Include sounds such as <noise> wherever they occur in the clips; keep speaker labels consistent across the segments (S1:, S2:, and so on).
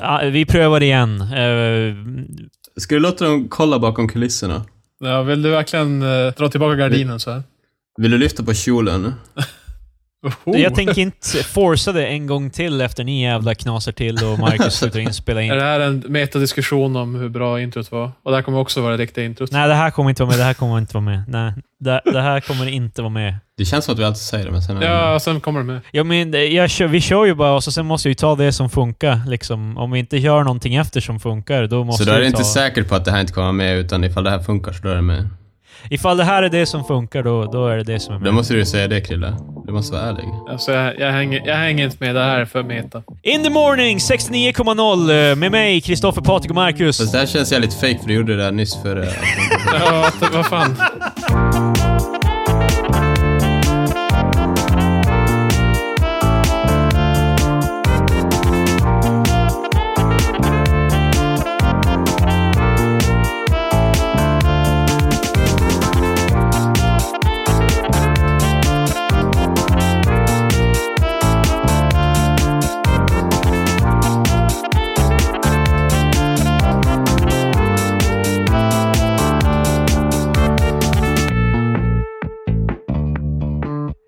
S1: ja, Eh, vi prövar igen. Eh,
S2: Ska du låta dem kolla bakom kulisserna?
S3: Ja, vill du verkligen eh, dra tillbaka gardinen så här?
S2: Vill du lyfta på kjolen?
S3: Oho.
S1: Jag tänker inte forsa det en gång till efter ni jävla knasar till och Marcus slutar inspela
S3: <laughs> Är
S1: in.
S3: det här en metadiskussion om hur bra introt var? Och det här kommer också vara det riktiga introt.
S1: Nej, det här kommer inte vara med. Det här kommer inte vara med. Nej, det, det här kommer inte vara med.
S2: Det känns som att vi alltid säger det, men sen...
S3: Ja, sen kommer det med.
S1: Jag men, jag kör, vi kör ju bara och så sen måste jag ju ta det som funkar. Liksom. Om vi inte gör någonting efter som funkar, då måste
S2: så då är
S1: jag
S2: du
S1: ta...
S2: inte säker på att det här inte kommer med, utan ifall det här funkar så då är det med.
S1: Ifall det här är det som funkar, då, då är det det som är
S2: Då
S1: med.
S2: måste du säga det, Krille. Du måste vara ärlig.
S3: Alltså, jag, jag, hänger, jag hänger inte med. Det här är för meta.
S1: In the morning 69,0 eh, med mig, Kristoffer, Patrik och Marcus.
S2: Fast det här känns jävligt fake för du gjorde det där nyss för... eh, att-
S3: Ja, att- vad fan.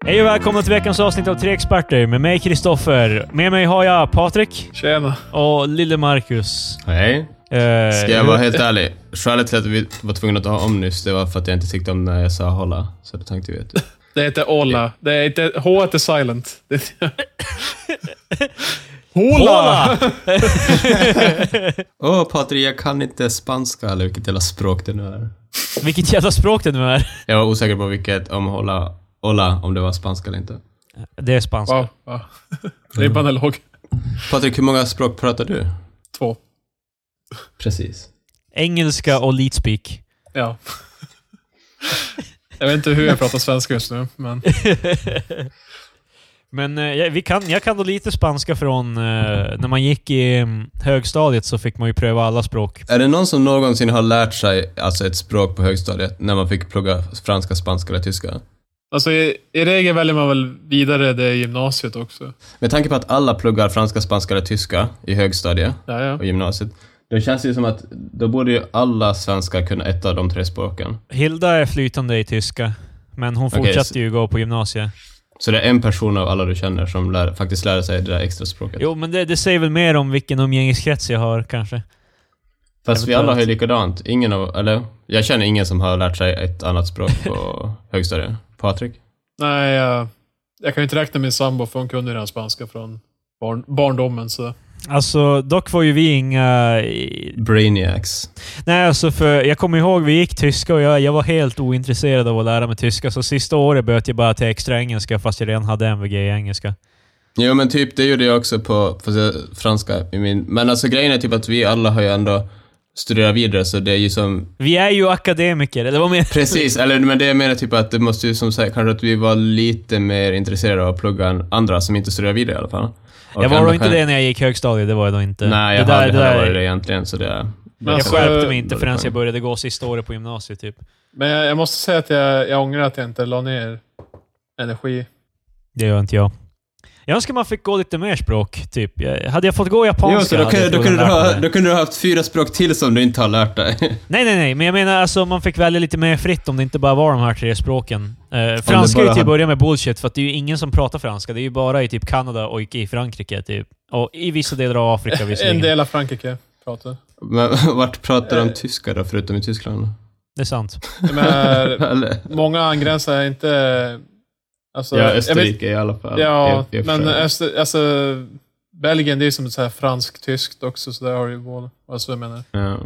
S1: Hej och välkomna till veckans avsnitt av Tre Experter med mig, Kristoffer. Med mig har jag Patrik
S3: Tjena.
S1: och lille Marcus.
S2: Nej.
S1: Eh,
S2: Ska jag vara helt ärlig? Skälet till att vi var tvungna att ta om nyss, det var för att jag inte tyckte om när jag sa hålla. Så då tänkte vi att...
S3: Det heter Ola. Det är inte... H är silent. Det- Hola!
S1: <laughs> Hola!
S2: <laughs> Åh, Patrik, jag kan inte spanska, eller vilket jävla språk det nu är.
S1: <laughs> Vilket jävla språk det nu är.
S2: Jag var osäker på vilket, om hålla, hålla, om det var spanska eller inte.
S1: Det är spanska.
S3: Wow. wow. Ribban är låg.
S2: Patrik, hur många språk pratar du?
S3: Två.
S2: Precis.
S1: Engelska och <laughs> leadspeak.
S3: Ja. Jag vet inte hur jag pratar svenska just nu, men...
S1: Men eh, jag- vi kan, jag kan då lite spanska från... eh, när man gick i mm, högstadiet så fick man ju pröva alla språk.
S2: Är det någon som någonsin har lärt sig alltså ett språk på högstadiet när man fick plugga franska, spanska eller tyska?
S3: Alltså, i, i regel väljer man väl vidare det i gymnasiet också.
S2: Med tanke på att alla pluggar franska, spanska eller tyska i högstadiet
S3: Ja, ja.
S2: och gymnasiet, då känns det ju som att då borde ju alla svenskar kunna ett av de tre språken.
S1: Hilda är flytande i tyska, men hon
S2: Okej,
S1: fortsatte
S2: så-
S1: ju gå på gymnasiet.
S2: Så det är en person av alla du känner som lär, faktiskt lär sig det där extra språket.
S1: Jo, men det, det säger väl mer om vilken umgängeskrets jag har, kanske.
S2: Fast vi
S1: eventuellt.
S2: alla har ju likadant. Ingen av, eller? Jag känner ingen som har lärt sig ett annat språk
S1: <laughs>
S2: på högstadiet. Patrik?
S3: Nej, jag, jag kan ju inte räkna min sambo, för hon kunde ju redan spanska från barn, barndomen. Så.
S1: Alltså, dock var ju vi inga... i-
S2: Brainiacs.
S1: Nej, alltså för jag kommer ihåg vi gick tyska och jag, jag var helt ointresserad av att lära mig tyska, så sista året böt jag bara till extra engelska fast jag redan hade MVG i engelska.
S2: Jo men typ, det gjorde jag också på fast jag, franska. I min, men alltså grejen är typ att vi alla har ju ändå studerat vidare, så det är ju som...
S1: Vi är ju akademiker, eller vad menar
S2: Precis, eller men det jag menar typ att det måste ju som sagt kanske att vi var lite mer intresserade av att plugga än andra som inte studerar vidare i alla fall. Och
S1: Jag var
S2: ändå
S1: då inte
S2: kan-
S1: det när jag gick högstadiet, det var jag då inte.
S2: Nej, jag
S1: det
S2: har aldrig heller varit det egentligen, så det... är-
S3: Men
S1: Jag
S3: Alltså,
S1: skärpte mig inte
S2: dålig
S1: förrän
S2: poäng.
S1: jag började gå sista året på gymnasiet, typ.
S3: Men jag, jag måste säga att jag, jag ångrar att jag inte la ner energi.
S1: Det gör inte jag. Jag önskar man fick gå lite mer språk, typ. Jag, hade jag fått gå japanska
S2: Jo, så då,
S1: hade
S2: kan,
S1: jag
S2: då, kunde
S1: troligen lärt
S2: du
S1: mig
S2: ha,
S1: det.
S2: då kunde du ha haft fyra språk till som du inte har lärt dig. <laughs>
S1: Nej, nej, nej. Men jag menar alltså man fick välja lite mer fritt om det inte bara var de här tre språken. Eh, franska är ju
S2: bara
S1: till att
S2: hade-
S1: börja med bullshit, för att det är ju ingen som pratar franska. Det är ju bara i typ Kanada och i Frankrike, typ. Och i vissa delar av
S3: <laughs>
S1: Afrika
S3: En
S1: visserligen.
S3: del av Frankrike pratar.
S2: Men vart pratar de tyska då, förutom i Tyskland?
S1: Det är sant.
S3: Men,
S2: <laughs> Eller?
S3: många angränsar inte... Alltså,
S2: Ja,
S3: jag vet-
S2: Österrike i alla fall.
S3: Ja,
S2: Jag- jag
S3: men äh,
S2: förstår.
S3: öster, alltså, Belgien, det är ju som ett så här franskt-tyskt också, så där har du ju båda. Alltså, jag menar.
S2: Ja.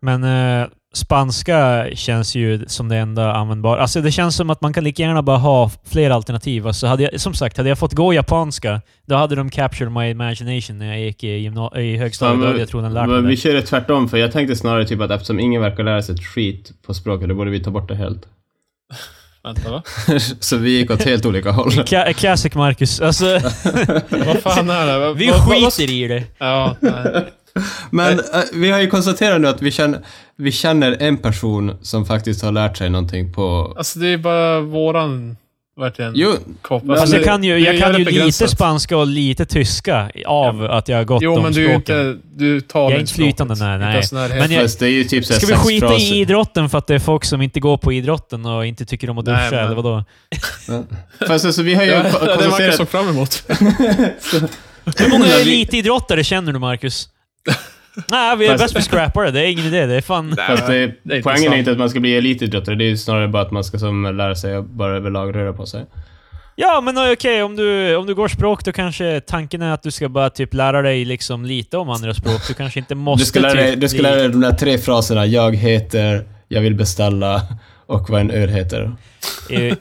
S1: Men eh, spanska känns ju som det enda användbara. Alltså det känns som att man kan lika gärna bara ha fler alternativ. Alltså, hade jag, som sagt, hade jag fått gå japanska, då hade de captured my imagination när jag gick i, gymna- i högstadiet. då hade jag troligen lärt mig
S2: men vi
S1: det.
S2: kör det tvärtom, för jag tänkte snarare typ att eftersom ingen verkar lära sig ett skit på språket, då borde vi ta bort det helt.
S3: Vänta, va?
S2: <laughs> Så vi gick åt helt olika håll.
S1: Ca- classic Marcus. Alltså,
S3: Vad fan är det? Vad-
S1: vi
S3: vad- vad-
S1: skiter i det.
S3: Ja, nej.
S2: <laughs> Men eh, vi har ju konstaterat nu att vi känner, vi känner en person som faktiskt har lärt sig någonting på...
S3: Alltså, det är bara våran Verkligen.
S2: Jo,
S1: Fast
S3: Kopp. det-
S1: Alltså, jag kan ju,
S3: det är
S1: jag kan ju
S3: jävligt
S1: lite
S3: begränsat.
S1: spanska och lite tyska av att jag har gått
S3: Jo,
S1: de
S3: men du är ju
S1: språken.
S3: inte... Du talar
S1: Jag är inte
S3: språket.
S1: flytande, nej,
S3: Inte
S1: nej.
S3: ens den här
S1: Men jag-
S2: fast det är ju typ såhär
S1: Ska vi skita
S2: sexfraser.
S1: i idrotten för att det är folk som inte går på idrotten och inte tycker om att duscha,
S3: Nej, men-
S1: eller vadå?
S2: Fast alltså vi har ju <laughs>
S3: Ja, <laughs> det
S2: ko-
S3: var det jag
S2: konstaterat...
S3: såg fram emot.
S1: Hur många
S2: Nej, vi-
S1: elitidrottare känner du, Marcus? Nej, vi är
S2: Fast-
S1: bäst vi scrappar det. Det är ingen idé. Det är fan...
S2: Fast det,
S3: det är inte
S2: poängen
S3: sant.
S2: är inte att man ska bli elitidrottare, det är ju snarare bara att man ska som lära sig att bara överlag röra på sig.
S1: Ja, men okej, om, du, om du går språk då kanske tanken är att du ska bara typ lära dig liksom lite om andra språk. Du kanske inte måste...
S2: Du ska, lära dig,
S1: typ
S2: du ska
S1: bli-
S2: lära dig de där tre fraserna. Jag heter, jag vill beställa och vad en öl heter.
S1: eh,
S2: <laughs>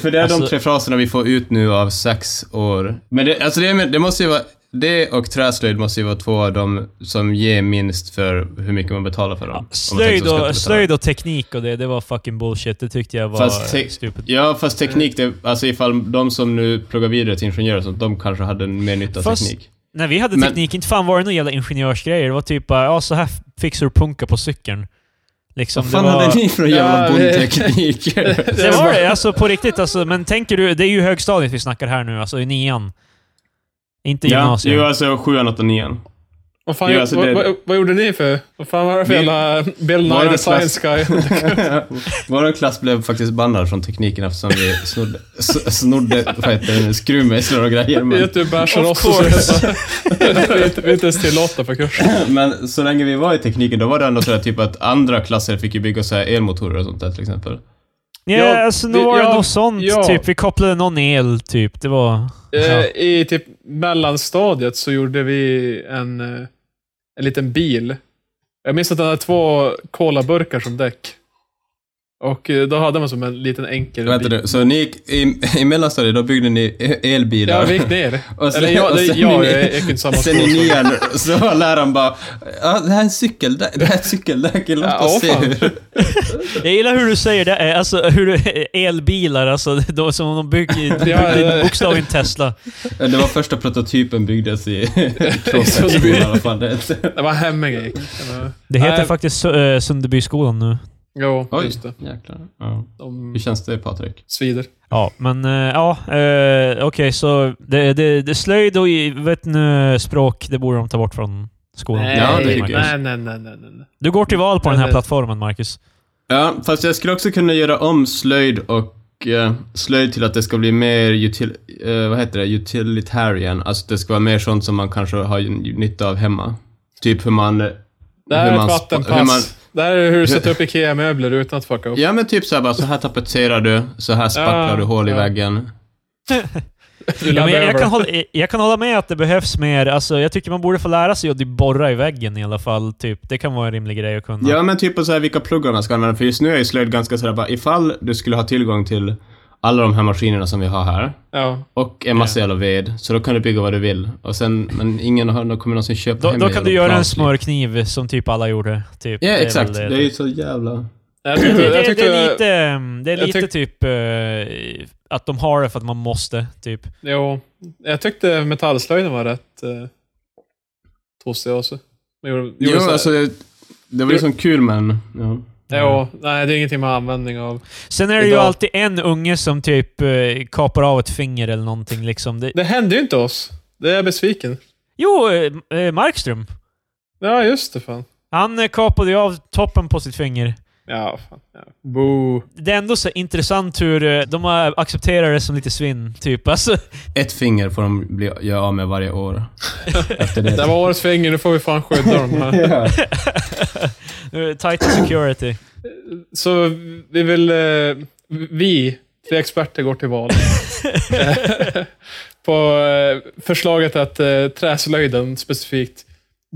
S2: För det är
S1: Alltså-
S2: de tre fraserna vi får ut nu av sex år. Men det, alltså det, det måste ju vara... Det och träslöjd måste ju vara två av dem som ger minst för hur mycket man betalar för dem. Om man tänker
S1: Slöjd
S2: så ska
S1: och,
S2: inte betala.
S1: slöjd och teknik och det, det var fucking bullshit. Det tyckte jag var
S2: Fast
S1: Fast
S2: te-
S1: stupid.
S2: Ja, fast teknik, det, alltså ifall de som nu pluggar vidare till ingenjörer, och sånt, de kanske hade mer nytta av
S1: Fast-
S2: teknik.
S1: När vi hade
S2: Men-
S1: teknik, inte fan var det några jävla ingenjörsgrejer. Det var typ bara, ja så här fixar du punka på cykeln. Liksom,
S2: Vad fan
S1: det var...
S2: hade ni för jävla <laughs>
S3: Ja,
S1: <laughs>
S2: bondteknik?
S1: Det var det, alltså på riktigt. Alltså, men tänker du, det är ju högstadiet vi snackar här nu, alltså i nian. Inte
S2: ja,
S1: gymnasiet.
S2: ju alltså sjuan, åttan, <laughs> nian.
S3: Vad fan,
S2: Jo, alltså,
S3: vad,
S2: det-
S3: vad, vad gjorde ni för... Vad fan var det för
S2: Vi-
S3: jävla Bill
S2: Våran
S3: Nye
S2: klass-
S3: the Science Guy?
S2: Vår klass blev faktiskt bannad från tekniken eftersom vi snodde, s- snodde vad heter det, skruvmejslar och grejer. <laughs> Men,
S3: Vet du, bärsar
S1: Of
S3: oss och så är det så här- <laughs> Vi är inte- vi är inte ens tillåtna på
S2: <clears throat>
S3: kursen.
S2: men så länge vi var i tekniken, då var det ändå sådär typ att andra klasser fick ju bygga så här elmotorer och sånt där till exempel.
S1: ja,
S3: Ja,
S1: alltså nu
S3: det-
S1: var det
S3: ja,
S1: något sånt.
S3: ja.
S1: Typ, vi kopplade någon el, typ. Det var...
S3: Eh,
S1: Ja.
S3: I typ mellanstadiet så gjorde vi en, eh, en liten bil. Jag minns att den hade två kolaburkar som däck. Och eh, då hade man som en liten enkel
S2: Vänta
S3: bil.
S2: nu, så ni gick i, i mellanstadiet, då byggde ni e- elbilar.
S3: Ja, vi gick ner.
S2: <laughs> Och sen-
S3: Eller jag,
S2: och
S3: det,
S2: sen
S3: jag,
S2: i-
S3: jag gick inte samma
S2: Sen i
S3: skola.
S2: nian så var läraren bara ja, det här är en cykel, det det här är ett cykeldäck, låt
S3: Ja,
S2: oss se
S3: fan.
S2: hur...
S1: Jag gillar hur du säger det. eh, Alltså, hur du, elbilar, alltså. <laughs> Då, som de bygger, de
S3: Ja,
S1: byggde
S3: ja.
S1: bokstavligen Tesla.
S2: Det var första prototypen byggdes
S3: <laughs>
S2: i
S3: Så
S2: Kråkans
S3: det
S2: skola
S3: blir-
S2: i alla fall.
S3: <laughs>
S2: Det-
S3: Det var Hemminge jag gick. Eller-
S1: Det heter
S3: Nej.
S1: faktiskt uh, Sunderbyskolan nu.
S3: Jo,
S2: Oj.
S3: just det.
S2: Jäklar. Ja.
S3: De
S2: Hur känns det Patrik?
S3: svider.
S1: Ja, men eh, ja. eh, Okej, så det, det, det slöjd och i- vet nu, språk, det borde de ta bort från skolan.
S2: Nej, Ja, det tycker jag.
S3: nej, nej, nej, nej, nej.
S1: Du går till val på den här
S3: Nej, det-
S1: plattformen, Marcus.
S2: Ja, fast jag skulle också kunna göra om slöjd och eh, slöjd till att det ska bli mer util, eh, vad heter det? utilitarian. Alltså det ska vara mer sånt som man kanske har ju nytta av hemma. Typ hur man...
S3: Det här
S2: hur
S3: är
S2: man
S3: ett
S2: spa-
S3: vattenpass.
S2: hur man-
S3: Det här är hur du sätter upp IKEA-möbler utan att fucka upp.
S2: Ja men typ såhär bara, så här tapetserar du, så här spacklar
S3: Ja,
S2: du hål i
S3: ja.
S2: väggen.
S3: Du
S1: Ja, men
S3: laddar
S1: jag,
S3: över
S1: jag,
S3: det.
S1: kan hålla, jag- jag kan hålla med att det behövs mer. Alltså, jag tycker man borde få lära sig att borra i väggen i alla fall. Typ. Det kan vara en rimlig grej att kunna.
S2: Ja, men typ på så här vilka pluggar man ska använda. För just nu är ju slöjd ganska sådär bara, ifall du skulle ha tillgång till alla de här maskinerna som vi har här
S3: Ja.
S2: och en massa jävla ved, så då kan du bygga vad du vill. Och sen, men ingen har, då kommer någonsin köpa
S1: Då,
S2: hem
S1: då
S2: en
S1: kan du
S2: jävla
S1: göra en
S2: planslig.
S1: smörkniv som typ alla gjorde. Typ.
S2: Ja,
S1: Det är väl
S2: exakt.
S1: Det,
S2: Det är ju så jävla...
S3: Jag
S1: det,
S3: tyckte,
S1: det,
S3: jag
S1: det,
S3: tyckte,
S1: är lite, ehm, det är
S3: jag
S1: lite
S3: tyck-
S1: typ eh, att de har det för att man måste. Typ.
S3: Jo, jag tyckte metallslöjden var rätt eh, tossig också. Man gjorde, gjorde
S2: Jo,
S3: så här-
S2: alltså, det, det var ju som kul, men... Ja.
S3: Jo, nej, det är ingenting man har användning av.
S1: Sen är det ju
S3: Idag-
S1: alltid en unge som typ eh, kapar av ett finger eller någonting. Liksom. Det,
S3: Det hände ju inte oss. Det är jag besviken.
S1: jo, eh, eh, Markström.
S3: Ja, just det fan.
S1: Han eh, kapade ju av toppen på sitt finger.
S3: Ja, fan. Ja. Boo.
S1: Det är ändå så intressant hur eh, de har accepterat det som lite svinn, typ. Alltså,
S2: Ett finger får de bli, göra av med
S1: <laughs>
S2: varje år. Efter
S3: Det var årets finger, nu får vi fan skydda dem
S2: <laughs>
S3: här.
S2: Ja.
S1: eh,
S3: <coughs>
S1: tight security.
S3: Så vi vill... Eh, vi, tre experter, går till val. <laughs> På eh, förslaget att eh, träslöjden specifikt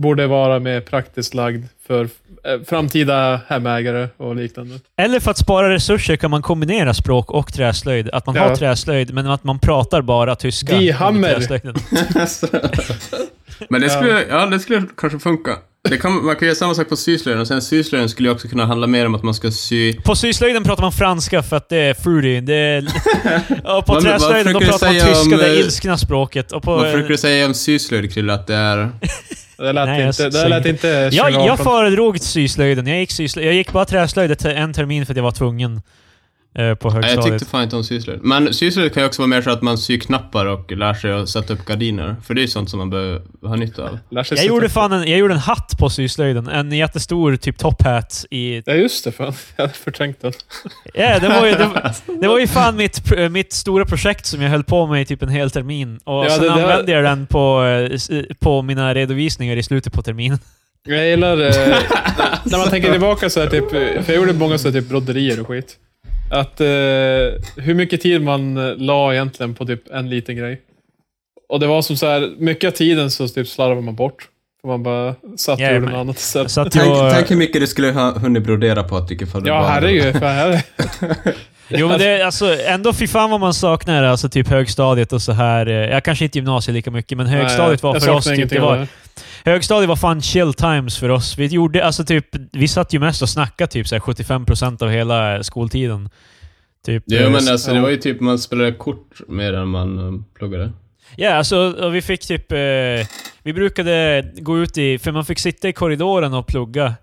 S3: borde vara mer praktiskt lagd för eh, framtida hemägare och liknande.
S1: Eller för att spara resurser kan man kombinera språk och träslöjd. Att man
S3: Ja.
S1: har träslöjd, men att man pratar bara tyska.
S3: Die
S1: under
S3: Hammer.
S1: träslöjden.
S2: Alltså. Men det skulle, ja. det skulle kanske funka. Det kan, man kan göra samma sak på syslöjden och sen syslöjden skulle ju också kunna handla mer om att man ska sy...
S1: På syslöjden pratar man franska för att det är fruity. Det
S2: <laughs>
S1: är... och på
S2: Vad-
S1: träslöjden
S2: vad
S1: då
S2: försöker
S1: pratar man
S2: du säga
S1: tyska,
S2: om,
S1: det är
S2: eh,
S1: ilskna språket. Och eh, på,
S2: Vad försöker du säga om syslöjd, Krille? Att det är...
S3: Det lät
S1: Nej, jag
S3: inte... Det
S1: säger-
S3: lät inte
S1: jag,
S3: 2018.
S1: jag föredrog syslöjden. Jag gick, syslö... jag gick bara träslöjdet en termin för att jag var tvungen. eh, på
S2: Nej, jag
S1: högstadiet.
S2: tyckte fan inte om sysslor. Men sysslor kan ju också vara mer så att man syr knappar och lär sig att sätta upp gardiner. För det är ju sånt som man behöver ha nytta av.
S3: Lär sig
S1: jag
S3: sätta-
S1: gjorde fan en, jag gjorde en hatt på syslöjden. En jättestor typ top hat i...
S3: Ja, just det. Fan. <laughs> Jag hade förträngt den.
S1: Ja, det, var ju, det, var- det var ju fan mitt, pr- mitt stora projekt som jag höll på med i typ en hel termin. Och
S3: Ja,
S1: sen
S3: det där-
S1: använde jag den på, eh, s- på mina redovisningar i slutet på terminen.
S3: Jag gillar eh, <laughs> när- när man tänker tillbaka så här, typ, för jag gjorde många så här, typ broderier och skit. Att eh, hur mycket tid man eh, la egentligen på typ en liten grej. Och det var som så här, mycket av tiden så typ slarvade man bort. För man bara satt och
S1: Ja,
S3: gjorde
S1: men-
S3: något annat istället.
S1: Så att
S2: Tänk,
S1: jag,
S2: tänk hur mycket du skulle ha hunnit brodera Patrik ifall du
S3: Ja,
S2: bara-
S3: herregud. Fan, herre.
S1: Jo men det är alltså, ändå fy fan vad man saknar alltså typ högstadiet och så här. eh, Jag kanske inte gymnasiet lika mycket, men <laughs> högstadiet var
S3: Jag
S1: för
S3: saknar
S1: oss typ,
S3: ingenting
S1: det
S3: av
S1: var,
S3: här.
S1: Högstadiet var fan chill times för oss. Vi gjorde, alltså typ, vi satt ju mest och snackade typ så här 75% av hela skoltiden. Typ,
S2: Ja,
S1: eh,
S2: men alltså det
S1: ja.
S2: var ju typ man spelade kort mer än man um, pluggade.
S1: Ja, alltså och vi fick typ... Eh, vi brukade gå ut i... För man fick sitta i korridoren och plugga.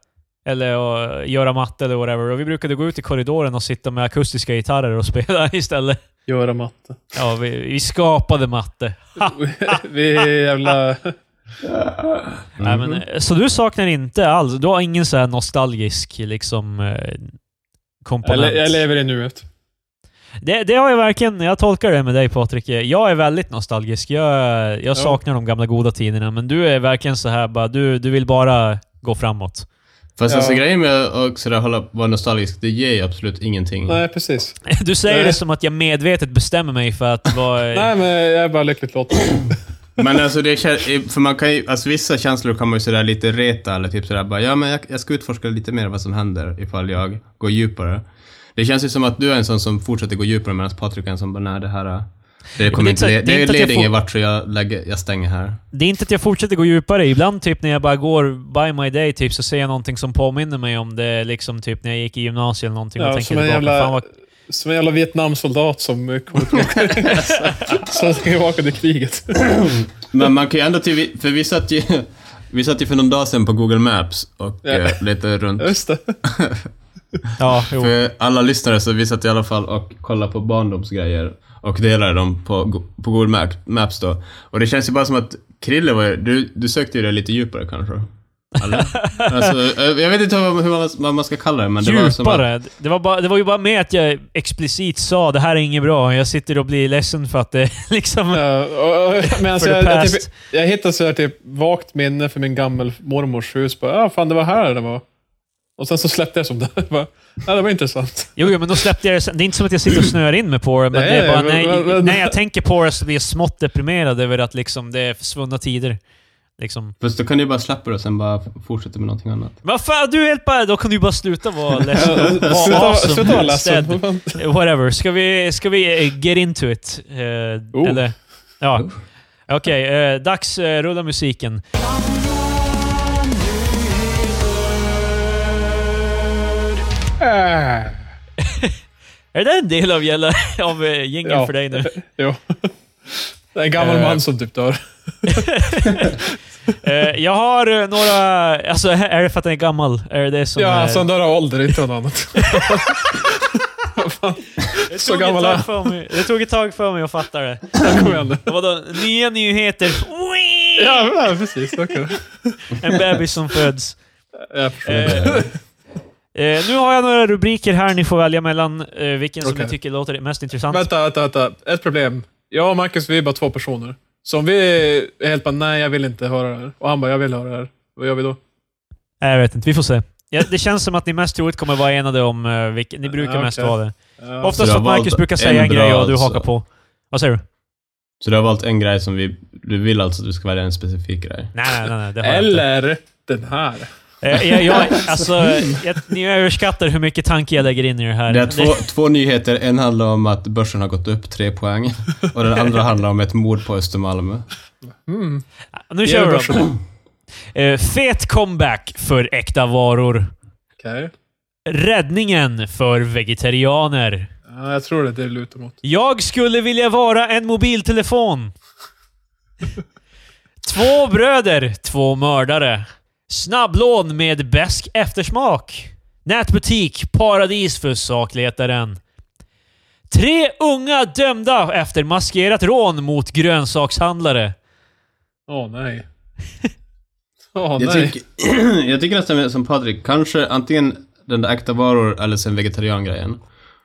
S1: Eller och göra matte eller whatever. Och vi brukade gå ut i korridoren och sitta med akustiska gitarrer och <laughs> spela istället. <laughs>
S3: Göra matte.
S1: Ja, vi, vi skapade matte. Ha!
S3: Vi är jävla...
S1: Nej,
S3: Mhm.
S1: men, eh, så du saknar inte alls? Du har ingen så här nostalgisk liksom, eh, komponent?
S3: Jag, le- jag lever i nuet.
S1: Det, det har jag verkligen, jag tolkar det med dig Patrik. Jag är väldigt nostalgisk. Jag, jag saknar de gamla goda tiderna, men du är verkligen så här bara, du, du vill bara gå framåt. <laughs>
S2: Fast
S3: Ja.
S2: alltså grejen med att också där hålla, vara nostalgisk, det ger ju absolut ingenting.
S1: Mm.
S3: Nej, precis.
S1: Du säger
S3: Nej.
S1: det som att jag medvetet bestämmer mig för att vara...
S3: <laughs> Nej, men jag är bara lyckligt lottad.
S2: Men alltså, det kän- för man kan ju, alltså vissa känslor kan man ju sådär lite reta eller typ sådär bara, ja men jag, jag ska utforska lite mer vad som händer ifall jag går djupare. Det känns ju som att du är en sån som fortsätter gå djupare medan Patrik är en som bara, nej det här, är- det kommer
S1: det är inte-
S2: inte, le-
S1: det är
S2: det,
S1: inte att jag
S2: leder
S1: får-
S2: ingen vart så jag, lägger, jag stänger här.
S1: Det är inte att jag fortsätter gå djupare. Ibland typ när jag bara går by my day typ, så ser jag någonting som påminner mig om det liksom typ när jag gick i gymnasiet eller någonting.
S3: Ja,
S1: och tänker
S3: som en
S1: tillbaka.
S3: jävla-
S1: Fan vad...
S3: Som en jävla Vietnamsoldat som eh,
S1: <laughs>
S3: kommer tillbaka, som ska tillbaka till kriget.
S2: Men man kan ju ändå till, för vi satt ju, <laughs> vi satt ju för någon dag sedan på Google Maps och
S3: Ja.
S2: eh, letade runt.
S3: Just det.
S1: Ja, jo.
S2: För alla lyssnare så vi satt i alla fall och kollade på barndomsgrejer och delade dem på, Go- på Google Map- Maps då. Och det känns ju bara som att Krille var ju- du, du sökte ju det lite djupare kanske.
S1: <laughs>
S2: Eller? alltså, eh, jag vet inte vad- hur man, vad man ska kalla det, men det var som att,
S1: Djupare. Det var, bara, det var ju bara med att jag explicit sa det här är inget bra. Jag sitter och blir ledsen för att det <laughs> liksom...
S3: Ja, och- och- men alltså,
S1: For the
S3: jag, jag, typ,
S1: past.
S3: jag hittade så här, typ, vagt minne för min gammel mormors hus. Bara, ah, fan, det var här det var. Och sen så släppte jag som det. <laughs> Bara, ja, det var intressant.
S1: <laughs> Jo, jo, men då släppte jag det sen. Det är inte som att jag
S3: <clears throat>
S1: sitter och snör in mig på det, men
S3: Nej,
S1: det är bara,
S3: men-
S1: nej,
S3: men- men-
S1: när jag tänker på det så blir jag smått deprimerad över att liksom, det är svunna tider. Liksom.
S2: Fast då kan du ju bara släppa det och sen bara f- fortsätta med någonting annat.
S1: Men vad fan, du är helt bara... Då kan du bara sluta vara ledsen.
S3: <laughs> Ja,
S1: Var
S3: Sluta
S1: awesome
S3: sluta vara
S1: instead.
S3: ledsen. <laughs> Fan.
S1: Whatever. Ska vi, ska vi eh, get into it? Eh,
S3: Oh.
S1: Eller? Ja. Okej, eh, dags eh, rulla musiken.
S3: Äh,
S1: Är det en del av, gälla, <laughs> av eh, jingeln
S3: Ja.
S1: för dig nu?
S3: Jo. <laughs> Det är en gammal
S1: Eh.
S3: man som typ dör.
S1: Eh, jag har eh, några... Alltså, <laughs> är det för att den är gammal? Är det det som...
S3: Ja,
S1: är-
S3: alltså han dör av ålder, inte av något annat. <laughs>
S1: Det
S3: Så
S1: tog ett
S3: gammal
S1: tag
S3: är han.
S1: för mig- Det tog ett tag för mig att fatta det.
S3: Kom igen nu.
S1: Det var då nya nyheter. Wee!
S3: Ja, ja, precis. Okay.
S1: En bebis som föds.
S3: Ja,
S1: Eh, eh, nu har jag några rubriker här ni får välja mellan eh, vilken som
S3: Okej.
S1: ni tycker låter mest intressant.
S3: Vänta, vänta, vänta. Ett problem. Jag och Marcus, vi är bara två personer. Så om vi är helt bara, nej, jag vill inte höra det här. Och han bara, jag vill höra det här. Vad gör vi då?
S1: Nej, Eh, jag vet inte, vi får se. Ja, det känns som att ni mest troligt kommer vara enade om eh, vilken... Ni brukar
S3: Ja,
S1: mest
S3: okej.
S1: vara det.
S3: Ja.
S1: Oftast
S2: har
S1: att Marcus
S2: valt
S1: brukar
S2: en
S1: säga en
S2: bra
S1: grej och du
S2: alltså.
S1: hakar på. Vad säger du?
S2: Så du har valt en grej som vi, du vill alltså att du ska välja en specifik grej.
S1: Nej, nej, nej. nej det har jag inte.
S3: Eller den här.
S1: Eh, jag, jag, alltså, jag, ni överskattar hur mycket tanke jag lägger in i det här.
S2: Det är
S1: Det-
S2: två, två nyheter. En handlar om att börsen har gått upp tre
S1: <laughs>
S2: poäng och den andra handlar om ett mord på Östermalm.
S1: Nu
S3: Hmm. Ge mig
S1: kör vi
S3: börsen.
S1: då. Eh, fet comeback för äkta varor.
S3: Okej.
S1: Räddningen för vegetarianer.
S3: Ja, jag tror det, det lutar mot.
S1: Jag skulle vilja vara en mobiltelefon. Två bröder, två mördare. Snabblån med besk eftersmak. Nätbutik, paradis för sakletaren. Tre unga dömda efter maskerat rån mot grönsakshandlare. <laughs>
S3: Åh nej. Åh
S2: Jag,
S3: nej.
S2: tycker, jag tycker <clears throat> nästan som Patrik, kanske antingen den där äkta varor eller sen vegetarian-grejen.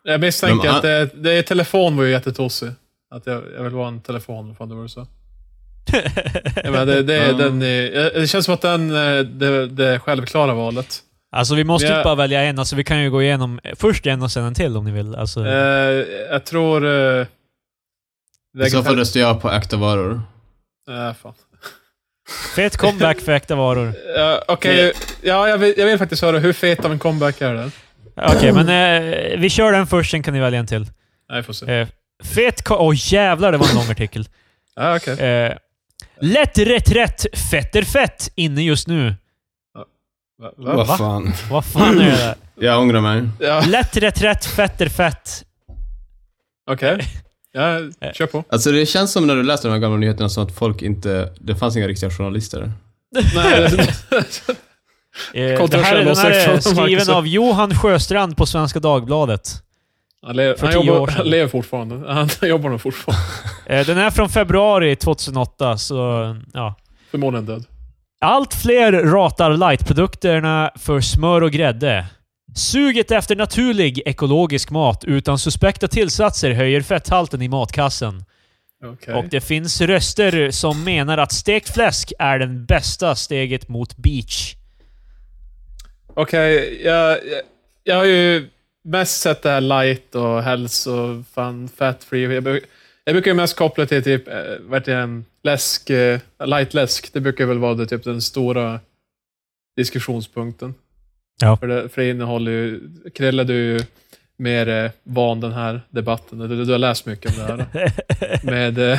S3: Jag misstänker
S2: De-
S3: att det, det är telefon var ju jättetossig. Att jag, jag vill vara en telefon, vad fan det var du sa. Jag menar, det, det, är
S2: Ja.
S3: den, är- det känns som att den, eh, det, det självklara valet.
S1: Alltså vi måste
S3: Vi
S1: ju
S3: har-
S1: bara välja en. Alltså vi kan ju gå igenom eh, först en och sen en till om ni vill. Alltså,
S3: Eh, jag tror... Eh,
S2: I så fall
S3: vegetar-
S2: röstar jag på äkta varor.
S3: Eh, fan.
S1: Fet comeback för äkta varor.
S3: Ja, Okej, ja, jag, vill, jag vill faktiskt höra hur fet av en comeback är den?
S1: Okej, men eh, vi kör den först, sen kan ni välja en till.
S3: Nej, vi får se.
S1: Eh, fet co- Åh jävlar, det var en lång artikel.
S3: Ja, Ah, okej.
S1: Eh, lätt reträtt, fett är fett inne just nu.
S3: Va- va?
S2: Vad
S1: Va?
S2: fan.
S1: Vad fan är det där?
S2: Jag ångrar mig.
S3: Ja,
S1: Lätt reträtt, fett är fett.
S3: okej. Ja, kör på.
S2: Alltså det känns som när du läser de här gamla nyheterna som att folk inte... Det fanns inga riktiga journalister.
S3: Nej, det, <laughs>
S1: Eh, det här,
S3: Kontroversiell
S1: den här är
S3: åsikt från Marcus.
S1: skriven av Johan Sjöstrand på Svenska Dagbladet.
S3: han, lever,
S1: För
S3: han,
S1: tio år
S3: jobbar,
S1: sedan.
S3: han lever fortfarande. Han jobbar nog fortfarande.
S1: Eh, den är från februari 2008, så ja.
S3: Förmodligen död.
S1: Allt fler ratar lightprodukterna för smör och grädde. Suget efter naturlig, ekologisk mat utan suspekta tillsatser höjer fetthalten i matkassen.
S3: Okej.
S1: Och det finns röster som menar att stekt fläsk är den bästa steget mot beach.
S3: Okej, jag, jag, jag har ju mest sett det här light och health och fan fat free. Jag, bruk- jag brukar ju mest koppla till typ, eh, vad heter det, läsk, eh, light läsk. Det brukar väl vara det, typ den stora diskussionspunkten.
S1: Ja.
S3: För, det, för det innehåller ju, Krille du är ju mer eh, van den här debatten. Du, du har läst mycket om det
S1: <laughs>
S3: här. med eh,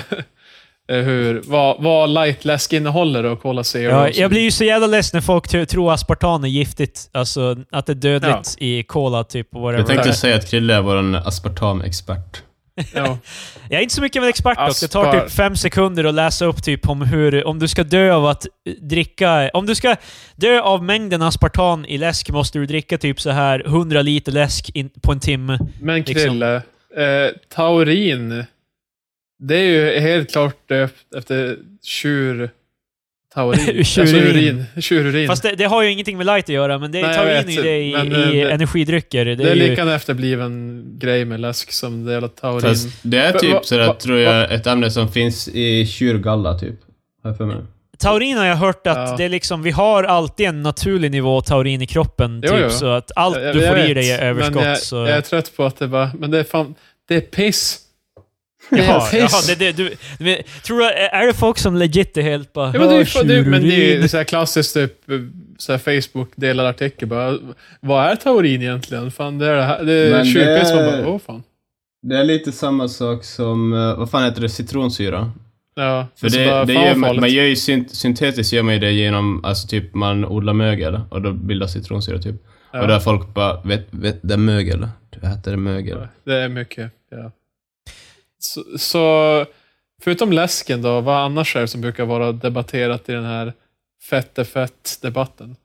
S3: <laughs> hur, vad, vad light läsk innehåller och kolla zero.
S1: Ja, jag blir ju så jävla less när folk tr- tror aspartam är giftigt. Alltså att det är dödligt i cola typ. Och whatever.
S2: Jag tänkte
S3: Nej.
S2: säga att Krille är vår aspartamexpert.
S3: ja.
S1: Jag är inte så mycket av en expert dock. Det tar
S3: Aspar.
S1: typ fem sekunder att läsa upp typ om hur... Om du ska dö av att eh, dricka... Om du ska dö av mängden aspartam i läsk måste du dricka typ så här 100 liter läsk in, på en timme.
S3: Men
S1: liksom.
S3: Krille, eh, taurin, det är ju helt klart döpt efter tjur...
S1: <laughs>
S3: Taurin. Alltså
S1: Tjururin.
S3: urin. Tjururin.
S1: Fast det, det har ju ingenting med light att göra, men det
S3: Nej, jag
S1: tar in
S3: vet,
S1: ju det i,
S3: men,
S1: i
S3: eh,
S1: energidrycker. Det,
S3: det, är
S1: är ju,
S3: lika en efterbliven grej med läsk som det jävla taurin.
S2: Fast det är
S3: Va- va-
S2: typ sådär,
S3: va-
S2: tror jag, ett ämne som finns i tjurgalla typ. Har jag för mig.
S1: taurin har jag hört att
S3: Ja.
S1: det är liksom, vi har alltid en naturlig nivå taurin i kroppen.
S3: Jo,
S1: typ,
S3: jo.
S1: Så att allt
S3: Jag- jag-
S1: du
S3: jag
S1: får i
S3: vet,
S1: dig är överskott.
S3: Men jag,
S1: så.
S3: jag är trött på att det bara, men det är fan, det är piss. Det är
S1: Jaha,
S3: piss.
S1: jaha det, det, du, men, tror du, är det folk som legit är helt bara
S3: Ja, men det är ju
S1: "Hör
S3: fan- det är- men det är ju
S1: tjururin?"
S3: så här klassiskt typ, så här Facebook delar artikel bara, vad är taurin egentligen? Fan, det är det här, det är
S2: Men
S3: tjurpiss.
S2: det-
S3: Man bara, åh fan.
S2: Det är lite samma sak som, eh, vad fan heter det, citronsyra?
S3: Ja,
S2: För
S3: så
S2: det,
S3: bara,
S2: det
S3: fan
S2: gör,
S3: vad
S2: man,
S3: farligt.
S2: man gör ju synt, syntetiskt gör man ju det genom, alltså typ man odlar mögel och då bildas citronsyra typ.
S3: Ja.
S2: Och där folk bara, vet, vet det är mögel. Du äter mögel.
S3: Det är mycket, ja. Så, så förutom läsken då, vad annars är det som brukar vara debatterat i den här fett är fett-debatten?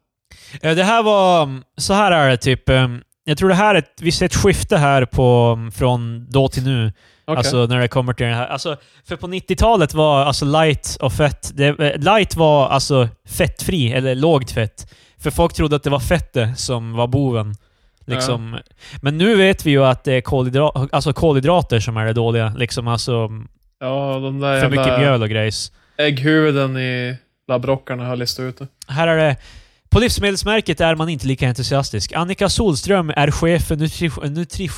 S1: Eh, Det här var... mm, Så här är det typ. eh, Jag tror det här är... ett- Vi ser ett skifte här på, mm, från då till nu.
S3: Okej.
S1: Alltså när det kommer till den här... Alltså, för på 90-talet var alltså light och fett... Det, eh, light var alltså fettfri, eller lågt fett. För folk trodde att det var fettet som var boven. Liksom. Men nu vet vi ju att det är kolhydra- alltså kolhydrater som är det dåliga. Liksom, alltså, mm,
S3: ja, de där
S1: för mycket
S3: jävla
S1: mjöl och grejs.
S3: ägghuvuden i labbrockarna har listat ut det.
S1: Här är det. På Livsmedelsmärket är man inte lika entusiastisk. Annika Solström är chef för nutri nutri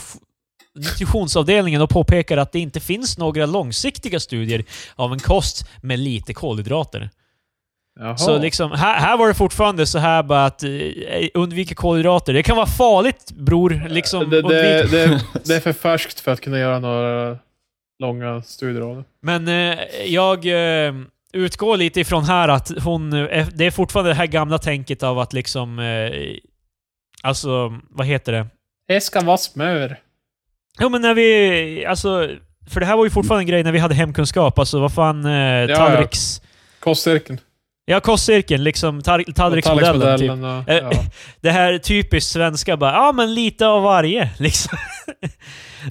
S1: nutritionsavdelningen och påpekar att det inte finns några långsiktiga studier av en kost med lite kolhydrater.
S3: Jaha.
S1: Så liksom, här, här var det fortfarande så här bara att eh, undvika kolhydrater. Det kan vara farligt bror. Liksom,
S3: det,
S1: undvik
S3: det,
S1: <laughs>
S3: det, det är för färskt för att kunna göra några långa studier av det.
S1: Men eh, jag eh, utgår lite ifrån här att hon... Eh, det är fortfarande det här gamla tänket av att liksom... Eh, alltså, vad heter det?
S3: Det ska vara smör.
S1: Jo men när vi... Alltså, för det här var ju fortfarande en grej när vi hade hemkunskap. Alltså vad fan... Eh,
S3: ja.
S1: tallriks...
S3: Kostcirkeln.
S1: Ja, kostcirkeln. Liksom tar- tallriksmodellen. Typ.
S3: Tallriksmodellen. Typ.
S1: Eh,
S3: Ja.
S1: <laughs> Det här typiskt svenska bara, ja men lite av varje. Liksom.